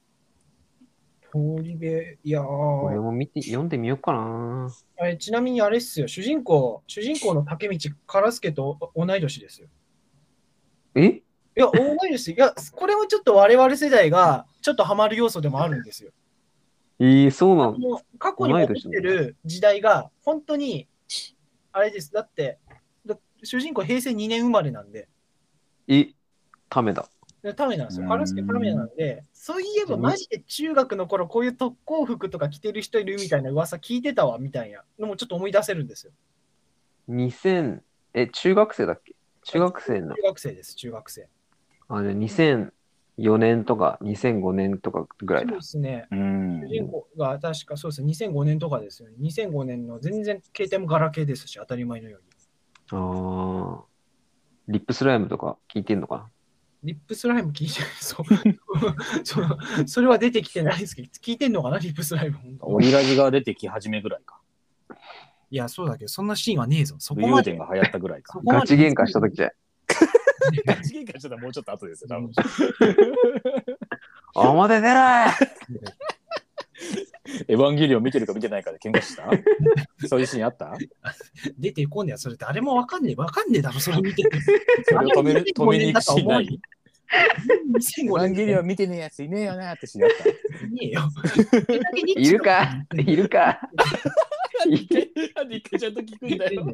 通り部、いやー
俺も見て、読んでみようかな。
あれちなみにあれっすよ、主人公、主人公の竹道からすけと同い年ですよ。
え
いや、同い年ですよ。いや、これもちょっと我々世代がちょっとハマる要素でもあるんですよ。
えー、そうなの
もう過去に起きてる時代が本当に、あれです。だって、だ主人公平成2年生まれなんで、
え、ためだ。
でためなんですよ。
うん
からすけためなんで、そういえばマジで中学の頃こういう特攻服とか着てる人いるみたいな噂聞いてたわみたいなのもちょっと思い出せるんですよ。
2000、え、中学生だっけ中学生の
中。学生です、中学生。
あれ、2004年とか2005年とかぐら
そ
いうだ
で。すね。
うん
主。人公が確かそうですね、2005年とかですよね。2005年の全然携帯もガラケーですし、当たり前のように。
ああ。リップスライムとか聞いてんのか
リップスライム聞いてない。
[LAUGHS]
そう。そうそれは出てきてないですけど、聞いてんのかな、リップスライム。
オリラジが出てき始めぐらいか。
いや、そうだけど、そんなシーンはねえぞ。そ
武
こ
勇
まで。
伝が流行ったぐらいか
そ。こまで
なガチ喧嘩した時じゃん。
ガチ喧嘩してたらもうちょっと後ですよ、多分。
表
[LAUGHS]
出ろい
エヴァンゲリオン見てるか見てないかで喧嘩したそういうシーンあった
出てこんねや、それ誰もわかんねえ、わかんねえだろ、それ見てて。
それを止める止めに行くシーンな
あれ
いエヴ
2005
ァン
年
ゲリオン見てねえやついねえよなってシーンあった
ねえよ。
いるか
[LAUGHS]
いるか
なんで一回なんで一回ちゃんと聞くんだよ。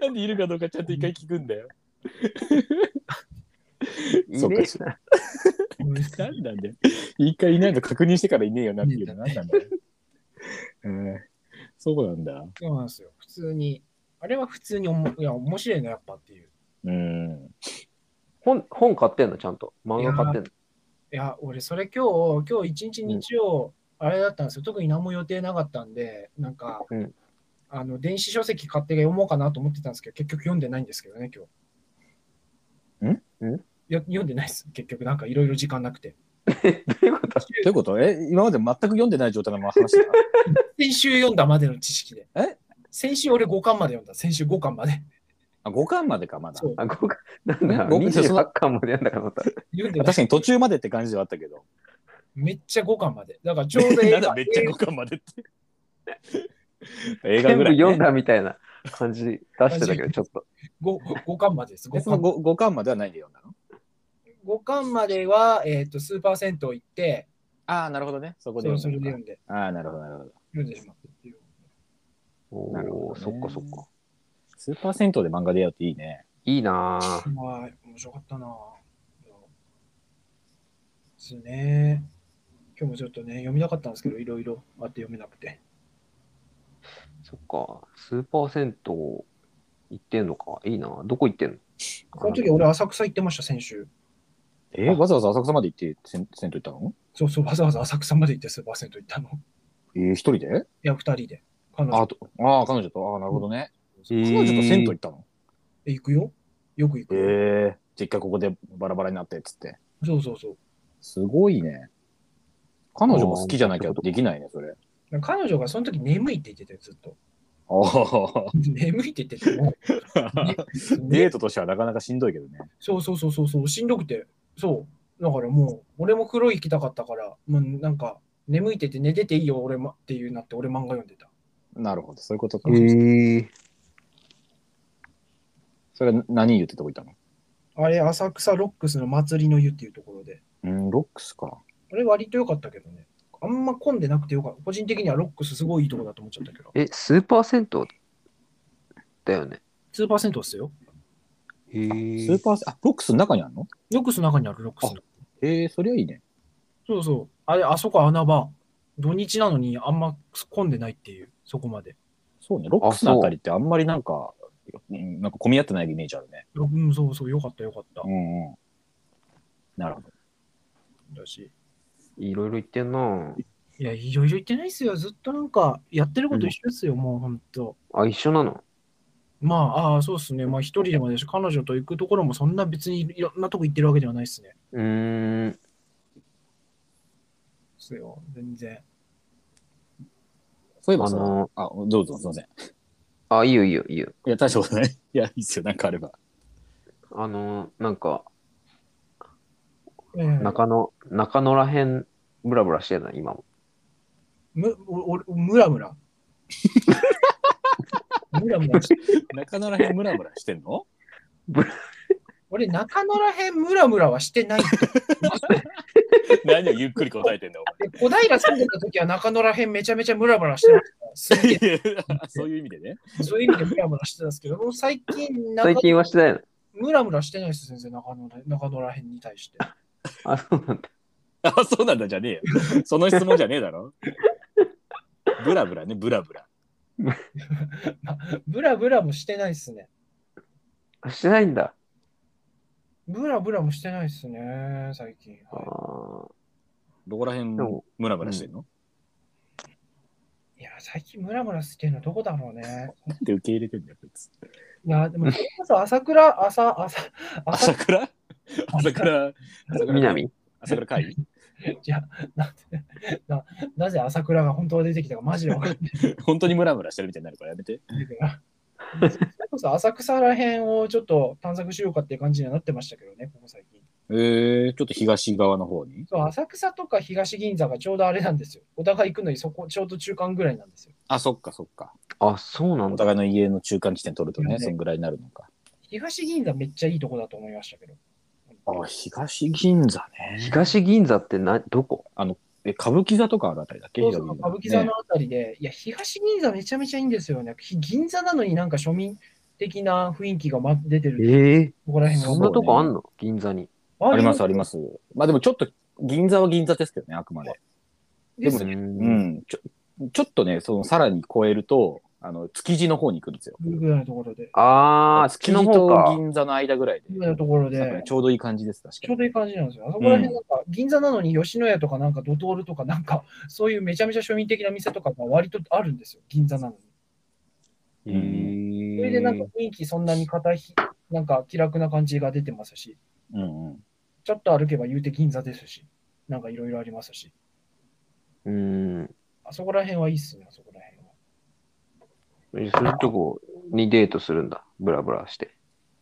なんでいるかどうかちゃんと一回聞くんだよ。
いねえな
なんなんだよ。一回いないの確認してからいねえよなっていうのはなんなんだよ。うんそうなんだ。
そうなんですよ。普通に。あれは普通におもいや面白いな、やっぱっていう。
うん。
本、本買ってんのちゃんと。漫画買ってんの
いや、俺、それ今日、今日一日日曜、あれだったんですよ。特に何も予定なかったんで、なんか、
うん
あの、電子書籍買って読もうかなと思ってたんですけど、結局読んでないんですけどね、今
ん
日。
ん
よ読んでないです。結局、なんかいろいろ時間なくて。
どういうこと
どういうことえ、今まで全く読んでない状態の話だ。
先週読んだまでの知識で。
え
先週俺5巻まで読んだ。先週5巻まで。
あ、5巻までか、まだ。
そう
あ、5巻、なんだ、
僕
28巻までやんだからまた。
読んで
あ
ない
確かに途中までって感じではあったけど。
めっちゃ5巻まで。だからちょうど
[LAUGHS] な
映
んだ
画
めっちゃ5巻までって。映画
全部
ぐらい、
読ん
ね。
だみたいな感じ出してたけど、ちょっと。
5, 5巻までです。
え
5
その
巻
5, 5巻まではないで読んだの
五巻までは、えっ、と、スーパー銭湯行って、
ああ、なるほどね。そこで
そうそれ
読
で
んだ
読
のか。
んで、
ああ、なるほど、なるほど。
読んでしまったっていう。
なるほ
おお、
どね
そっかそっか。
スーパー銭湯で漫画でやるっていいね。
いいなぁ。
まあ、面白かったなぁ。ですね。今日もちょっとね、読みたかったんですけど、いろいろあって読めなくて。
そっか。スーパー銭湯行ってんのか。いいなぁ。どこ行ってんの
この時俺、浅草行ってました、先週。
えーわざわざ浅草まで行って銭銭湯行ったの
そうそう、わざわざ浅草まで行ってスーパー銭湯行ったの。い
えー、一人で
や、二人で。彼女
あとあー、彼女と。ああ、なるほどね。
えー
彼女と銭湯行ったの
え行くよ。よく行く
え
よ。
えじゃあ一回ここでバラバラになってっつって。
そうそうそう。
すごいね。彼女も好きじゃなきゃできないね、それ。
なんか彼女がその時眠いって言ってたよ、ずっと。
あ
眠いって言ってても。
[LAUGHS] あ。デートとしてはなかなかしんどいけどね。
そうそうそうそうそう、しんどくて、そう。だからもう、俺も黒い行きたかったから、もうなんか、眠いてて寝てていいよ、俺もっていうなって、俺漫画読んでた。
なるほど、そういうことか。
ええ。
それは何言ってとこ行ったの
あれ、浅草ロックスの祭りの湯っていうところで、
うん、ロックスか。
あれ割と良かったけどね。あんま混んでなくてよかった。個人的にはロックスすごいいいとこだと思っちゃったけど。
え、スーパー銭湯だよね。
スーパー銭湯っすよ。
へ
スー
ー
パー、あ、ロックスの中にあるの
ロックスの中にあるロックスの。
えー、そりゃいいね。
そうそう。あれ、あそこ穴場。土日なのにあんま混んでないっていう、そこまで。
そうね、ロックスのあたりってあんまりなんか、うんなんか混み合ってないイメージあるね。
うん、そうそう、よかったよかった
う。んうん。なるほど。
だし。
いろいろ言ってんない
や、いろいろ言ってないっすよ。ずっとなんか、やってること一緒ですよ、もうほんと。
あ、一緒なの
まあ、ああ、そうっすね。まあ、一人でもだし、彼女と行くところもそんな別にいろんなとこ行ってるわけではないっすね。
うーん。
そうよ、全然。
そういえば
あ
さ、
の、
あ、どうぞ、すいません。
あ、いいよいいよいいよ。
いや、大したことない。 [LAUGHS] いや、いいっすよ、なんかあれば。
あの、なんか、
ええ
中野、中野らへん、ブラブラしてた、今も。
む、お、お、ムラムラ。 [LAUGHS] ムラムラして。
中野らへんムラムラしてんの [LAUGHS]
俺、中野らへんムラムラはしてない。
何をゆっくり答えてんだよ、
で小平住んでた時は中野らへんめちゃめちゃムラムラしてま
[LAUGHS]
した。すげ
お前そういう意味でね。
えそういう意味でムラムラしてたんですけど、もう最近、中
最近はしてないの。
ムラムラしてないです、先生、中野ら中野らへんに対して。
あ、そうなんだ。
あ、そうなんだじゃねえよ。その質問じゃねえだろ。ブラブラね、ブラブラ。
ブラブラもしてないですね。
あしてないんだ。
ブラブラもしてないですね、最近。
あ
は
ー
どこらへん
でも
ムラムラしてんの、
い、いや、最近ムラムラしてるのどこだろうね。
なんで受け入れてんだよ、こいつ。
いや、でも、それこそ朝倉、朝、朝、朝、
[LAUGHS] 朝倉朝倉、朝倉
南
朝倉会
じゃなななぜ朝倉が本当は出てきたか、マジで分かんない
本当にムラムラしてるみたいになるからやめて。
から。それこそ浅草らへんをちょっと探索しようかっていう感じにはなってましたけどね、ここ最近。
えー、ちょっと東側の方に
そう浅草とか東銀座がちょうどあれなんですよ。お互い行くのにそこちょうど中間ぐらいなんですよ。
あ、そっかそっか。
あ、そうなん
お
だ。
互いの家の中間地点取ると
いい
ね、
よね
そんぐらいになるのか。
東銀座めっちゃいいとこだと思いましたけど。
あ、東銀座ね。
東銀座ってな、どこ
え、歌舞伎座とかあるあたりだっけ
そうそう歌舞伎座
ね
のあたりで、いや、東銀座めちゃめちゃいいんですよね。ひ銀座なのになんか庶民的な雰囲気がま出てる
ええ
ここら辺
そ
うんね
なとこあんの銀座に。
が。
ありますあり
ま
ます。まあでもちょっと、銀座は銀座ですけどね、あくまで。
す。です
う。
ね。
うんん。ちょちょっとね、そのさらに超えると、あの、築地の方に行くんですよ。
ぐらいのところで。
あー、月の方
と
か。
銀座の間ぐらい
ぐ
で。
らいのところ
なんかね
で
ち。ょうどいい感じです、確
ちょ
か
う
に。
どいい感じなんですよ。あそこら辺なんか、銀座なのに吉野家とかなんかドトールとかなんか、そういうめちゃめちゃ庶民的な店とかが割とあるんですよ。銀座なのに。
え
ん
それでなんか
ー、
雰囲気そんなに硬い、なんか気楽な感じが出てますし、
うんうん。
ちょっと歩けば言うて銀座ですし、なんかいろいろありますし、
うん。
あそこら辺はいいっすね、あそこら辺は。
えそういうとこにデートするんだ。ブラブラして。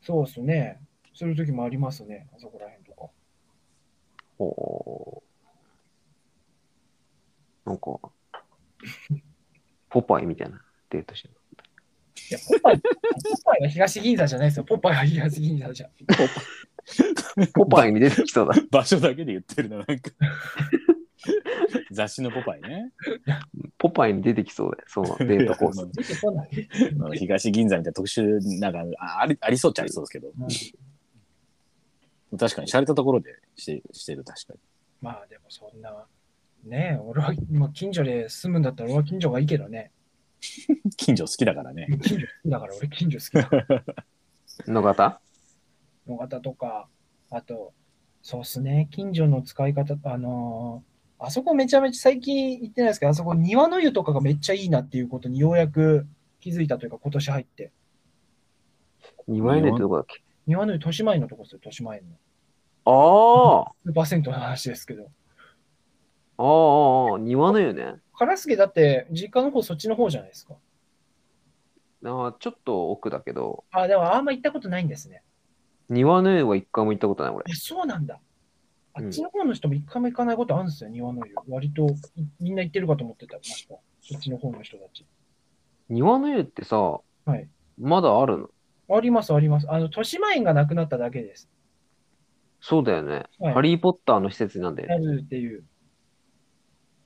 そうっすね。そういう時もありますね、あそこら辺とか。
おーなんか、ポパイみたいなデートしてる。
いや、ポパイ、ポパイは東銀座じゃないですよ。ポパイは東銀座じゃん。
ポパイに出てきそう
[LAUGHS]
だ。
場所だけで言ってるな、
[LAUGHS]
なんか。雑誌のポパイね。
ポパイに出てきそうだよ。そのデートコース。
出てこない。
ま [LAUGHS] あ東銀座みたいな特殊なんかあありありそうっちゃありそうですけど、
うん
確かに、洒落たところでしてしてる、確かに。
まあでもそんな、ねえ、俺は今近所で住むんだったら俺は近所がいいけどね。
近所好きだからね。
近所好きだから俺近所好きだから。
野方
の方とか、あと、そうっすね、近所の使い方、あのーあそこめちゃめちゃ最近行ってないですけど、あそこ庭の湯とかがめっちゃいいなっていうことにようやく気づいたというか、今年入って。
二枚目ってどこだっけ
庭の湯、豊島園のとこですよ、豊島園の。
ああ
スーパー銭湯の話ですけど。
ああああ、庭の湯ね。
唐助だって、実家の方、そっちの方じゃないですか。
ああ、ちょっと奥だけど、
あ、でもあんま行ったことないんですね。
庭の湯は一回も行ったことない、俺。
え、そうなんだ。あっちの方の人も一回も行かないことあるんですよ、庭の湯。割といみんな行ってるかと思ってた、ました。そっちの方の人たち。
庭の湯ってさ、
はい
まだあるの
あります、あります。あの、豊島園がなくなっただけです。
そうだよね。
はい
ハリー・ポッターの施設なんだよ
や
ね。
るっていう。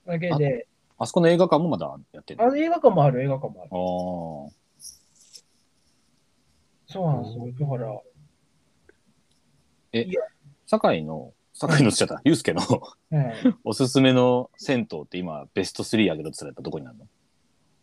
だけで、
あそこの映画館もまだやってる
あの映画館もある、映画館もある。
の
そうなんですよ。だから、
ああ。堺の、堺のっちゃ [LAUGHS] った、ゆうすけの
ええ
おすすめの銭湯って今、ベスト3上げるって言ったらやっぱどこになるの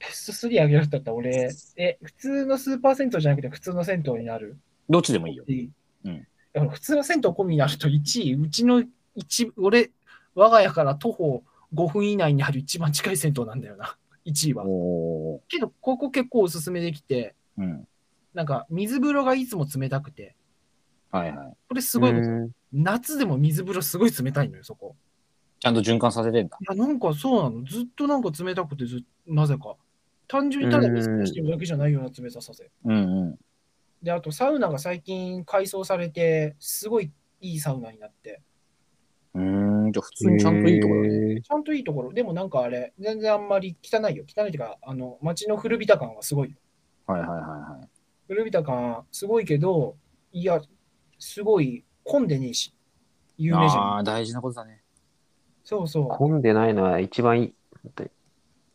ベスト3上げる人だったら俺、え、普通のスーパー銭湯じゃなくて普通の銭湯になる。
どっちでもいいよ。
い
うん
だから普通の銭湯込みになると1位、うちの一俺、我が家から徒歩5分以内にある一番近い銭湯なんだよな、1位は。 [LAUGHS]
おー
けど、ここ結構おすすめできて、
うん。
なんか水風呂がいつも冷たくて、
はいはい。
これすごい、
うん
夏でも水風呂すごい冷たいのよ、そこ。
ちゃんと循環させてんだ。
いや、なんかそうなの、ずっとなんか冷たくてずっ、なぜか。単純にただ水風呂してるだけじゃないような冷たさせ。
うんうん。
で、あとサウナが最近改装されて、すごいいいサウナになって、
うーん、じゃあ普通にちゃんといいところだね。
へー
ちゃんといいところ、でもなんかあれ、全然あんまり汚いよ。汚いというか、あの、街の古びた感はすごいよ。
はいはいはいはい。
古びた感すごいけど、いや、すごい混んでねえし、有名じゃん。
ああー、大事なことだね。
そうそう、
混んでないのは一番いい。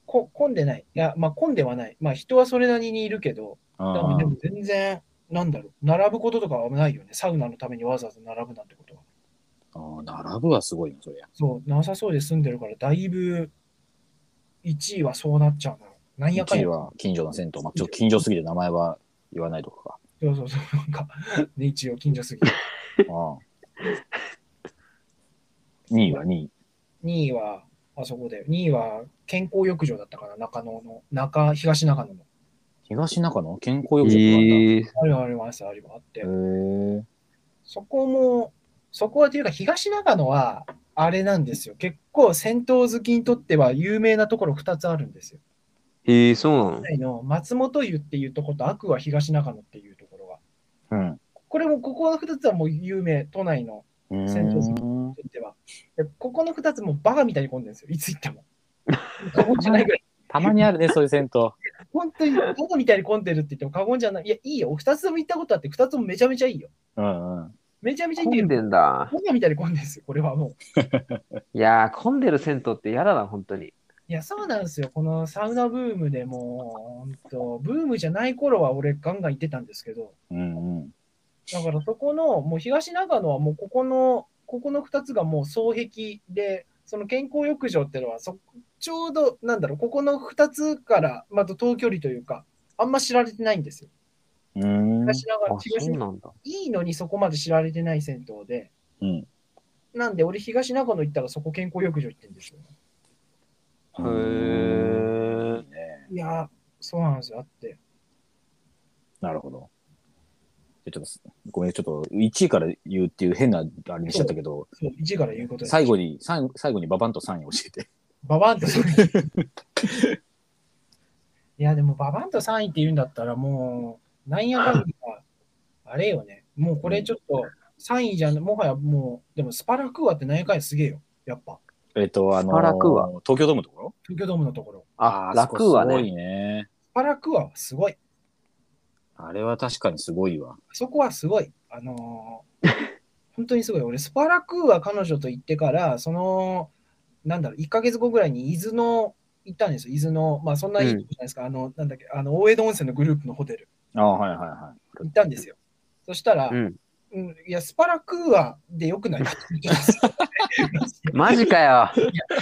こ混んでない。いや、まあ混んではない。まあ人はそれなりにいるけど、
あ
で
ー
もでも全然、なんだろう、並ぶこととかはないよね。サウナのためにわざわざ並ぶなんてことは。
あー、並ぶはすごいな、そりゃ。
そう、なさそうで住んでるから、だいぶ1位はそうなっちゃうのよ。なんやかん
1位
や。
は近所の銭湯。まあ、ちょっと近所すぎて名前は言わないとかか。
そうそうそう、なんか、ね、一応近所すぎて。
あ2位は2位。
2位は、あそこで、2位は健康浴場だったかな、中野の、中、東中野の。
東中野健康
え
浴場なん
ー、
だ。
あれはあります、あれはあって
へ。ー
そこも、そこはというか、東中野は、あれなんですよ。結構、銭湯好きにとっては有名なところ2つあるんですよ。
えー、そうなの
都内の松本湯っていうとこと、アクア東中野っていうところが。
うん。
これも、ここの2つはもう有名、都内の
うーん
戦闘すとっては。でここの2つもバカみたいに混んでるんですよ、いつ行っても。過言じゃないぐらい。
たまにあるね、そういう銭湯。
本当にバカみたいに混んでるって言っても過言じゃない。いや、いいよ。2つとも行ったことあって、2つともめちゃめちゃいいよ。
うんうん。
めちゃめちゃいいんだ
混んで
けど
んだ。
バカみたいに混んでるんですよ、これはもう。
いやー、混んでる銭湯って嫌だな、本当に。
いや、そうなんですよ。このサウナブームでもう、ほんとブームじゃない頃は俺ガンガン行ってたんですけど、
うんうん。
だからそこの、もう東長野はもうここの、ここの2つがもう双璧で、その健康浴場ってのはそ、ちょうど、なんだろう、ここの2つから、また遠距離というか、あんま知られてないんですよ。
うーん。
東
あ、
長野、東
そう
長野
なんだ。
いいのにそこまで知られてない銭湯で、
うん。
なんで俺東長野行ったらそこ健康浴場行ってんですよ。
へー
いいね
いやー、そうなんですよ。あって。
なるほど。でちょっと、ごめん、ちょっと、1位から言うっていう変なあれにしちゃったけど、
そう、1から言うことです
最後に、最後最後にババンと3位教えて。
ババンと3位。 [LAUGHS] いや、でもババンと3位って言うんだったらもう、なんやかんや、あれよね。もうこれちょっと3位じゃん、もはやもう、でもスパラクーアって何やかんやすげえよ。やっぱ、
[LAUGHS] えっ、と、あのー
スパラクは
東京ドームのところ
東京ドームのところ。
あ、
そこ
楽は
すご
ね。
いね。
スパラクーアはすごい。
あれは確かにすごいわ。
そこはすごい。あの [LAUGHS] ー本当にすごい。俺、スパラクーは彼女と行ってから、その、なんだろう、1ヶ月後ぐらいに伊豆の行ったんですよ。伊豆の、まあそんないいとこじゃないですか。あの、なんだっけ、あの、大江戸温泉のグループのホテル
ああ、はいはいは
行ったんですよ。そしたら、
うん。
うん、いや、スパラクーアでよくない [LAUGHS] かって言ったんですよ
マジかよ。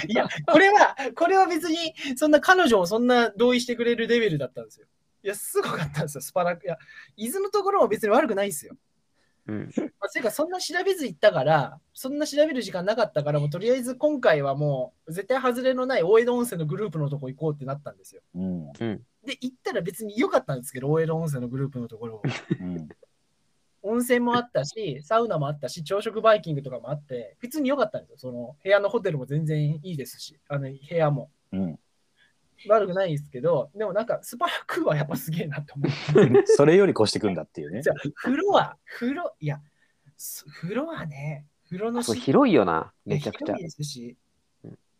いや、これは、これは別に、そんな彼女もそんな同意してくれるレベルだったんですよ。いや、すごかったんですよ、スパラクーア。いや伊豆のところも別に悪くないですよ。
うん。
まあ、てか、そんな調べず行ったから、そんな調べる時間なかったから、もうとりあえず今回はもう、絶対外れのない大江戸温泉のグループのとこ行こうってなったんですよ。
い。うん。
で、行ったら別に良かったんですけど、大江戸温泉のグループのと
[LAUGHS]
ころ。
うん。
温泉もあったし、サウナもあったし、朝食バイキングとかもあって、普通に良かったんですよ。その部屋のホテルも全然いいですし、あの部屋も
[LAUGHS] うん。
悪くないですけど、でもなんかスパラクーはやっぱすげえなと思って。
[LAUGHS]
それより越してくんだっていうね
じ。ゃあ風呂は、風呂、いや、す風呂はね、風呂の
あそこ
敷
広いよな、めちゃくちゃ
広い。ですし、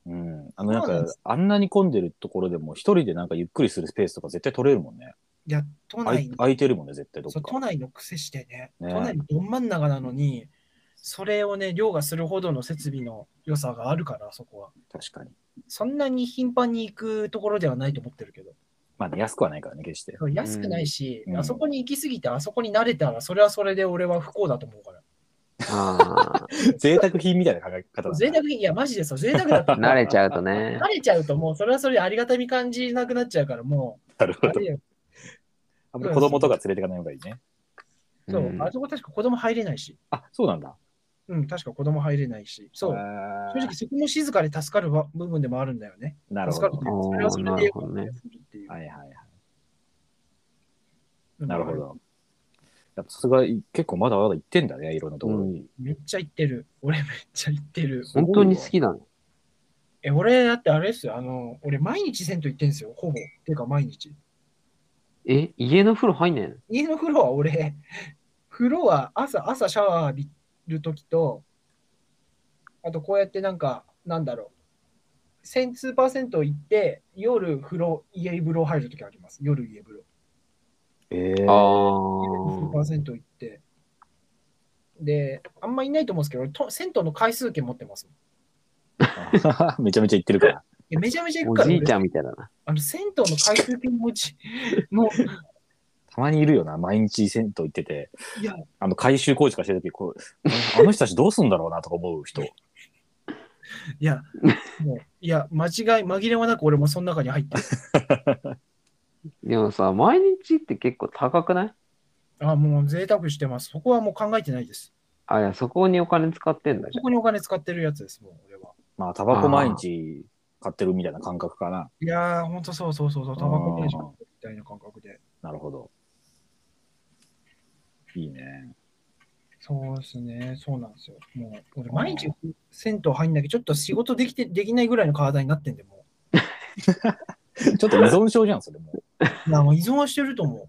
うん。あの、なん
そうなんで
か
す、
あんなに混んでるところでも、一人でなんかゆっくりするスペースとか絶対取れるもんね。
いや、都
あい
内の
空いてるもんね、絶対どっ
そう都
か。
内の癖してね、
ね
都内のど真ん中なのに、それをね、凌駕するほどの設備の良さがあるから、そこは。
確かに。
そんなに頻繁に行くところではないと思ってるけど、
まあね、安くはないからね、決して。
安くないし、
うん
あそこに行き過ぎて、あそこに慣れたら、それはそれで俺は不幸だと思うから。
あ
贅沢品みたいな考え方だ
贅沢品、いや、マジでそう、贅沢だった
[LAUGHS]
あ、
ら
慣れちゃうとね
慣。れちゃうと、もうそれはそれでありがたみ感じなくなっちゃうから、も
なる
う、
ほ
あ
ど
れ。よ
あんまり子供とか連れていかない方がいいね。
[LAUGHS] そう
うん
あそこ確か子供入れないし、
あ、そうなんだ。
うん、確か子供入れないし、そう、
あー
正直そこも静かで助かるわ部分でもあるんだよね。
なるほ
助かる
ど
と。いうかそれはそれでよか
あー
っ
な
た
る
りするっていう
はいはいはい。
うん
なるほど。やっぱさすが結構まだまだ行ってんだね、いろんなところに。
めっちゃ行ってる。俺めっちゃ行ってる。
本当に好きだね。
え、俺だってあれですよ。あの、俺毎日銭湯行ってんすよ。ほぼ。てか毎日。
え、家の風呂入んねん。
家の風呂は俺、風呂は朝、朝シャワー浴びるときと、あとこうやってなんか、なんだろう。千数パーセント行って、夜風呂、家風呂入るときあります。夜家風呂。
え
あ
ー、
あ。
数行って。で、あんまいないと思うんですけど、俺と銭湯の回数券持ってますも
[LAUGHS]
ん。
めちゃめちゃ行ってるから。
いやめちゃめちゃ行
お
くから、
じい
俺
ちゃんみたいだな。
あの銭湯の回数券持ち、も
たまにいるよな、毎日銭湯行ってて、
う、いや、
あの改修工事とかしてるとき、こう、あの人たちどうすんだろうなとか思う人。
いや、もう、いや、間違い、紛れもなく俺もその中に入ってる。
でもさ、毎日って結構高くない
あ、もう贅沢してます。そこはもう考えてないです。
あ、いや、そこにお金使ってんだじ
そこにお金使ってるやつです、もう、俺は。
まあ、タバコ毎日買ってるみたいな感覚かな。
いやー、ほんとそうそうそうそう、タバコページみたいな感覚で。
なるほど。いいね。
そうですね、そうなんですよ。もう、俺、毎日銭湯入んなきゃ、ちょっと仕事できて、できないぐらいの体になってんで、もう。
ちょっと依存症じゃん、それも。 [LAUGHS]
いや、もう依存はしてると思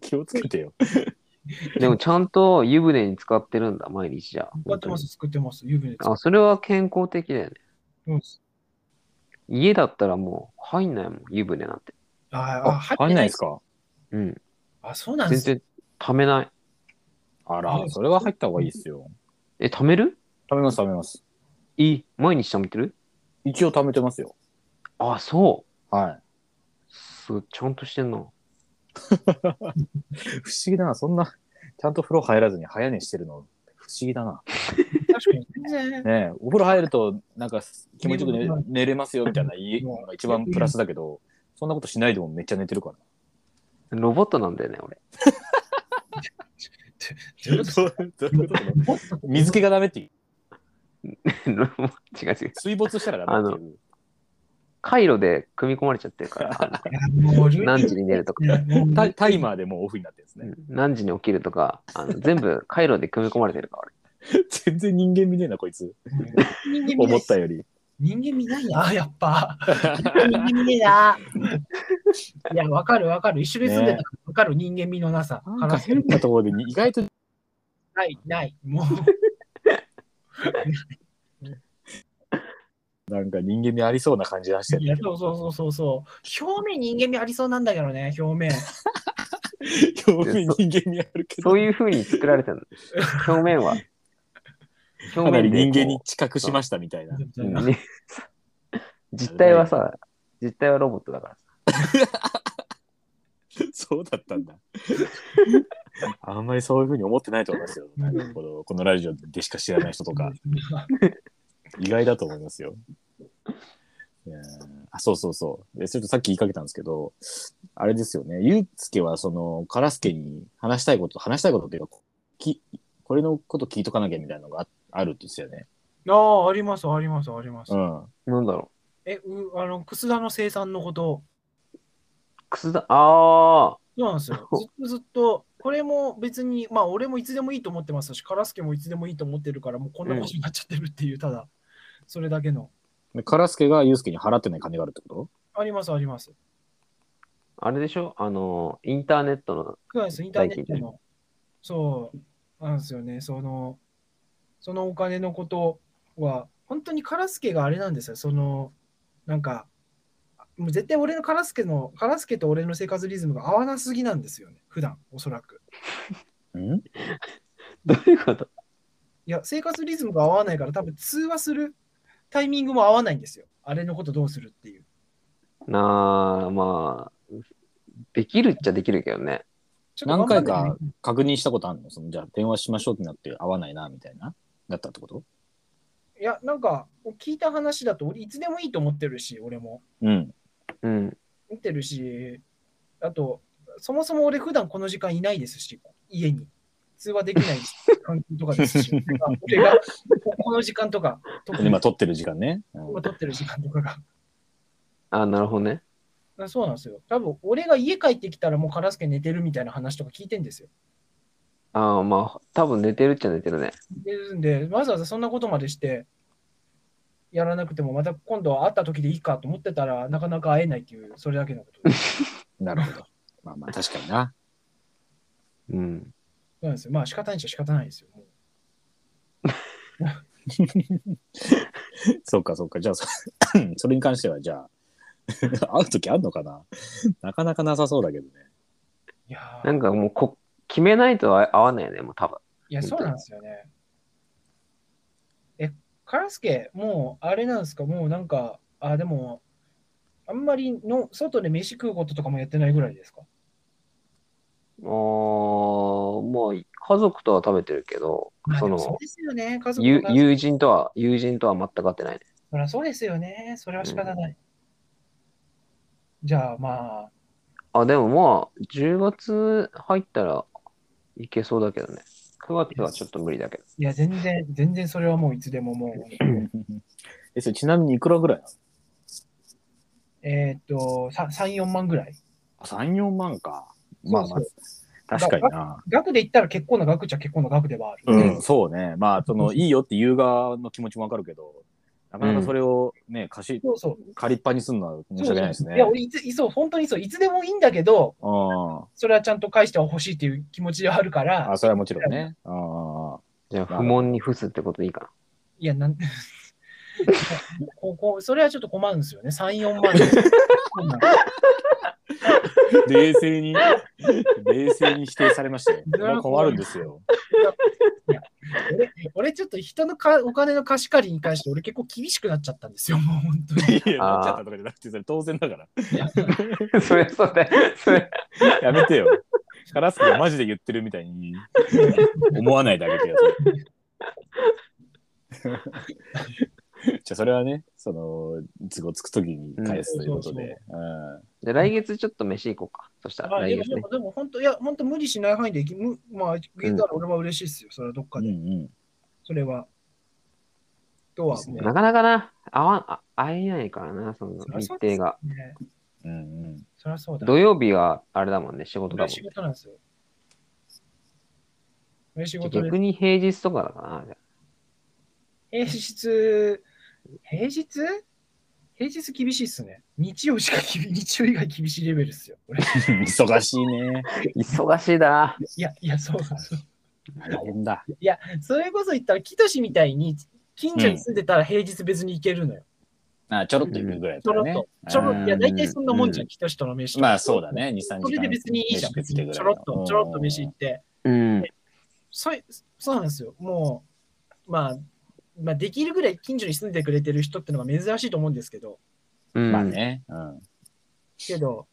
気をつけてよ。
[LAUGHS] ゃん。でもちゃんと湯船に使ってるんだ、毎日じゃ
う。。使ってます、作ってます、湯船使
あ、
っ
それは健康的だよね。
てます。
家だったらもう入んないもん、湯船なんて。
ああ、
あ、入んないです
か
か
うん。
あ、そうなんで
全
すね
然溜めない。
あら、それは入った方がいいですよ。
え、溜める
食べます、食べます。
いい。毎日溜めてる
一応貯めてますよ。
あ、そ
は
う。すちゃんとしてんな。
い。不思議だな、そんな、ちゃんと風呂入らずに早寝してるの、不思議だな。
確かに全
ね
然。
えお風呂入ると、なんか気持ちよく寝
うん
寝れますよみたいな、い
うん
一番プラスだけど、そんなことしないでもめっちゃ寝てるから。
ロボットなんだよね、俺。 [LAUGHS]
どういうこと
そういうこと水気がダメっていう、
ロボット違う違う。
水没したらダメっていう。
回路で組み込まれちゃってるから、 [LAUGHS]
いやもうルーティン
何時に寝るとか、
もう
タタイマーでもうオフになってるんです
う
ね。
ん何時に起きるとか、あの全部回路で組み込まれてるから、俺。 [LAUGHS]
全然人間見ねえな、こいつ。
人間見な
思
い
ったより。
人間見ないな、やっぱ。人間見ねえな。いや、わかるわかる。一緒に住んでたからわかる、人間味のなさ。
なんか変なところでに意外と
ない、ない。もう、
なんか人間味ありそうな感じ出して
い
る
や
んだけ
そう
ど。
そうそうそうそう。表面人間味ありそうなんだけどね、表面。
表面人間味あるけど
そ。ういう風に作られてるの。表
[LAUGHS]
面は。
か
表
なり
面でこう
人間に近くしましたみたいな。
うん [LAUGHS] 実態はさ、実態はロボットだからさ。
[LAUGHS] そうだったんだ。あんまりそういうふうに思ってないと思いますよ。なんかこのこのラジオでしか知らない人と
[LAUGHS]
か、意外だと思いますよ。いやーあそうそうそう。でそれとさっき言いかけたんですけど、あれですよね。ゆうすけは、その、からすけに話したいこと、話したいことっていうか、こきこれのこと聞いとかなきゃみたいなのがああるって言ってたよね。
ああ、あります、あります、あります。
うん。
なんだろ
え、うあの、楠田の生産のこと。
う。くすだ、あ
そうなんですよ。ずっとずっと、これも別に、まあ、俺もいつでもいいと思ってますし、カラスケもいつでもいいと思ってるから、もうこんなことになっちゃってるっていう、ただ、それだけの。
でからすけがゆうすけに払ってない金があるってこ
あります、あります。
あ、あれでしょあの、インターネット
[LAUGHS]
の、
そうなんです、インターネットの。そうなんですよね。その、そのお金のことは、本当にカラスケがあれなんですよ。その、なんか、もう絶対俺のカラスケの、カラスケと俺の生活リズムが合わなすぎなんですよね。普段、おそらく。
とん
どういうこと
いや、生活リズムが合わないから、多分通話するタイミングも合わないんですよ。あれのことどうするっていう。
なあ、まあ、できるっちゃできるけどね。
ちょっと
何
頑張
回
んない
か確認したことあるのそのじゃあ電話しましょうってなって合わないなみたいなだったってこと
いや、なんか、聞いた話だと、俺、いつでもいいと思ってるし、俺も。
うん。
うん。
見てるし、あと、そもそも俺、普段この時間いないですし、家に。通話できないし [LAUGHS] 環境とかですし、なんか俺がこの時間とか、特に
[LAUGHS] 今撮ってる時間ね。うん
今撮ってる時間とかが。だか
あなるほどね。
らそうなんですよ。多分俺が家帰ってきたら、もうカラスケ寝てるみたいな話とか聞いてんですよ。
ああ、まあ、多分寝てるっちゃ寝てるね。
でるんで、わざわざそんなことまでして、やらなくても、また今度会った時でいいかと思ってたら、なかなか会えないっていう、それだけのことです。
なるほど。まあまあ確かにな。
うん。
そうなんですよ。まあ仕方ないっちゃ仕方ないですよ。もう
[LAUGHS] そうかそうか。じゃあそ [COUGHS] それに関してはじゃあ [LAUGHS] 会う時あんのかななかなかなさそうだけどね。
いや
な
ー
んかもうこ、決めないと合わないよね、もう多分。
いやそうなんですよね。え、カラスケ、もうあれなんですか、もうなんか、あ、でも、あんまりの外で飯食うこととかもやってないぐらいですか
あーまあ、家族とは食べてるけど、
あ
そ
でも
の、
そうですよね、家族
友
とか。
友人とは、友人とは全く合ってないね。
そりゃそうですよね、それは仕方ない。じゃあまあ、
あ、でもまあ、10月入ったらいけそうだけどね。9月はちょっと無理だけど。
いや、全然、全然それはもういつでももう、
[LAUGHS] えそれちなみにいくらぐらいなの
えーっと、さ3、4万ぐらい。
あ ?3、4万か。まあま
そう
あ、確かにな。
額で言ったら結構な額じゃ結構な額ではある。
うん、そうね。まあ、その、いいよって言う側の気持ちもわかるけど、なかなかそれをね、貸し、
そうそう。
借りっぱにするのは申し訳ないですね。
いや、俺いつ、そう、本当にそう、いつでもいいんだけど、
うん。
それはちゃんと返してほしいっていう気持ちがあるから、
あ、それはもちろんね。うん。
じゃあ、
なる
不
ほど
問に付すってことでいいか
いや、なん [LAUGHS] ここそれはちょっと困るんですよね。3、4万
冷静に、冷静に否定されましたね。これは困るんですよ。
俺俺ちょっと人のかお金の貸し借りに関して俺結構厳しくなっちゃったんですよ。もう本当に。
いや、
あー
なっちゃったとかじゃなくて、それ当然だから。
な。 [LAUGHS] それ、それ、それ。
やめてよ。カラスがマジで言ってるみたいに思わないであげてよ。それじゃあ、それはね、その、都合つくときに返すということで。うん
じゃあ来月ちょっと飯行こうか。そしたら、
あ
来
でも
月
で
ね
も。でも本当、いや、本当無理しない範囲で行き、むまあ、行けたら俺は嬉しいですよ。それはどっか
うん
で。
うん。
それは。とは
ですね
なかなかな、合わん、あ会えないからな、その
そりゃ
日
そう
程
です
が。
ね。
うんうん、
そりゃそうだ。
土曜日はあれだもんね、仕事
こ
だ
れ
も
仕事なんですよ。これ仕
ん。
事で
逆に平日とかだからな、じゃあ
平日、平日平日厳しいっすね。日曜しか厳、 [LAUGHS] 日曜以外厳しいレベルっすよ。俺い
忙しいね。
忙しいだ
や、いや、そうそう。
大変だ。
いや、それこそ言ったら、キトシみたいに、近所に住んでたら平日別に行けるのよ。
あちょろっと行くぐらい
ちょ
だ
ろ
ら
っ
ね
と。。ちょろっと。いや、
うん
大体そんなもんじゃん、キトシとの飯とか
まあそうだ。ね、2、3時間。
それで別にいいじゃん。
飯
別
食って
に
ぐ
ち
ら
ょ
いの
ろっと、ちょろっと飯行って。
うん。
そいそうなんですよ。もう、まあ、まあ、できるぐらい近所に住んでくれてる人ってのが珍しいと思うんですけど、
うん。
まあね。うん。
けど、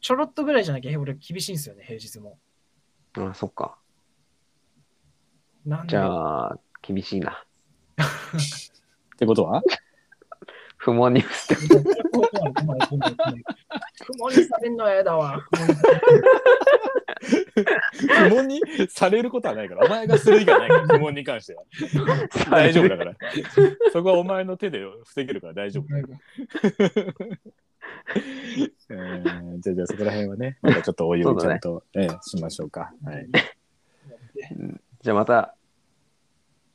ちょろっとぐらいじゃなきゃ俺厳しいんですよね、平日も。
あ、そっか。
なんで
じゃあ、厳しいな。
ってことは
不問に付すって。
[LAUGHS] 雲にされんのは嫌だわ。
不問にされることはないから、お前がする以外ない [LAUGHS] から、不問に関しては。大丈夫だから。そこはお前の手で防げるから大丈夫だよ。えーじゃあ、じゃあそこら辺はね、またちょっとおいおいちゃんと、ええしましょうか。はい。
[LAUGHS] じゃあまた、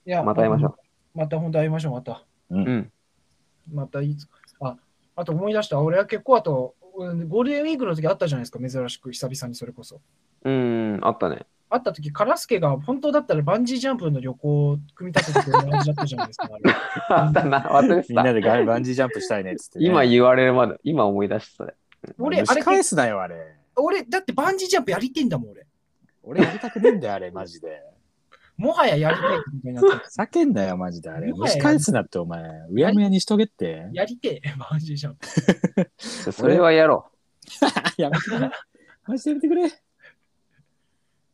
いや
また会いましょ
う。また本当会いましょう、また。
う。うん。
またいつか。あ、あと思い出した。俺は結構あと、うんゴールデンウィークの時あったじゃないですか、珍しく、久々にそれこそ。
うん、あったね。
あった時、カラスケが本当だったらバンジージャンプの旅行を組み立ててる感じだったじゃないですか。あれ
あったな、忘れて
みんな
た。
でガバンジージャンプしたいねっつって、ね。
今言われるまで、今思い出したそれ。
俺、
俺、
あ
あれ
れ、
返すなよ、あれ。
俺、だってバンジージャンプやりてんだもん、俺。
俺やりたくねえんだよ、あれ、マジで。
もはややりたいってことになってる。
ふざけんなよ、マジで。あれ。
もは
蒸し
や
返すなって、お前。うやむやにしとけって。
やりてえ、 [LAUGHS] マジじゃん。
それはやろ
やめてくれ。マジでやめてくれ。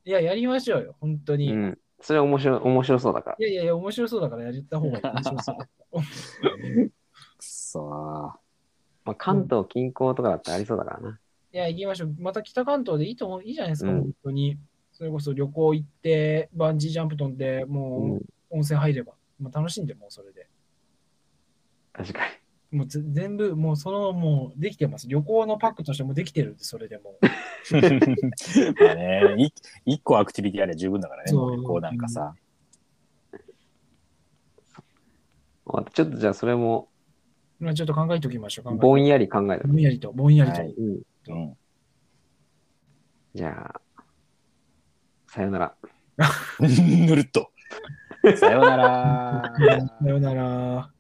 いや、やりましょうよ、本当
う。
に。
うん。それは面白い、面白そうだから。
いやいやいや、面白そうだからやった方がいい。面白
[LAUGHS]
そう
く [LAUGHS] そ
まあ、関東近郊とかだってありそうだからな。
いや、行きましょう。また北関東でいいと思う、いいじゃないですか、
うん
本当に。それこそ旅行行って、バンジージャンプ飛んで、
う
も
ん
う。温泉入れば、もう楽しんで、もうそれで。
確かに。
もうぜ全部、もうその、もうできてます。旅行のパックとしてもできてるんで、それでもう。
ー。まあね、い一個アクティビティあれば十分だからね、
そう
旅行なんかさ。
まあちょっとじゃあそれも、
まあちょっと考えておきましょう。考えて
ぼんやり考えた。
ぼんやりと、ぼんやり
はい
と。
うん。
うん。
じゃあ、さよなら。
[LAUGHS] ぬるっと。さようなら。
[LAUGHS] さよなら。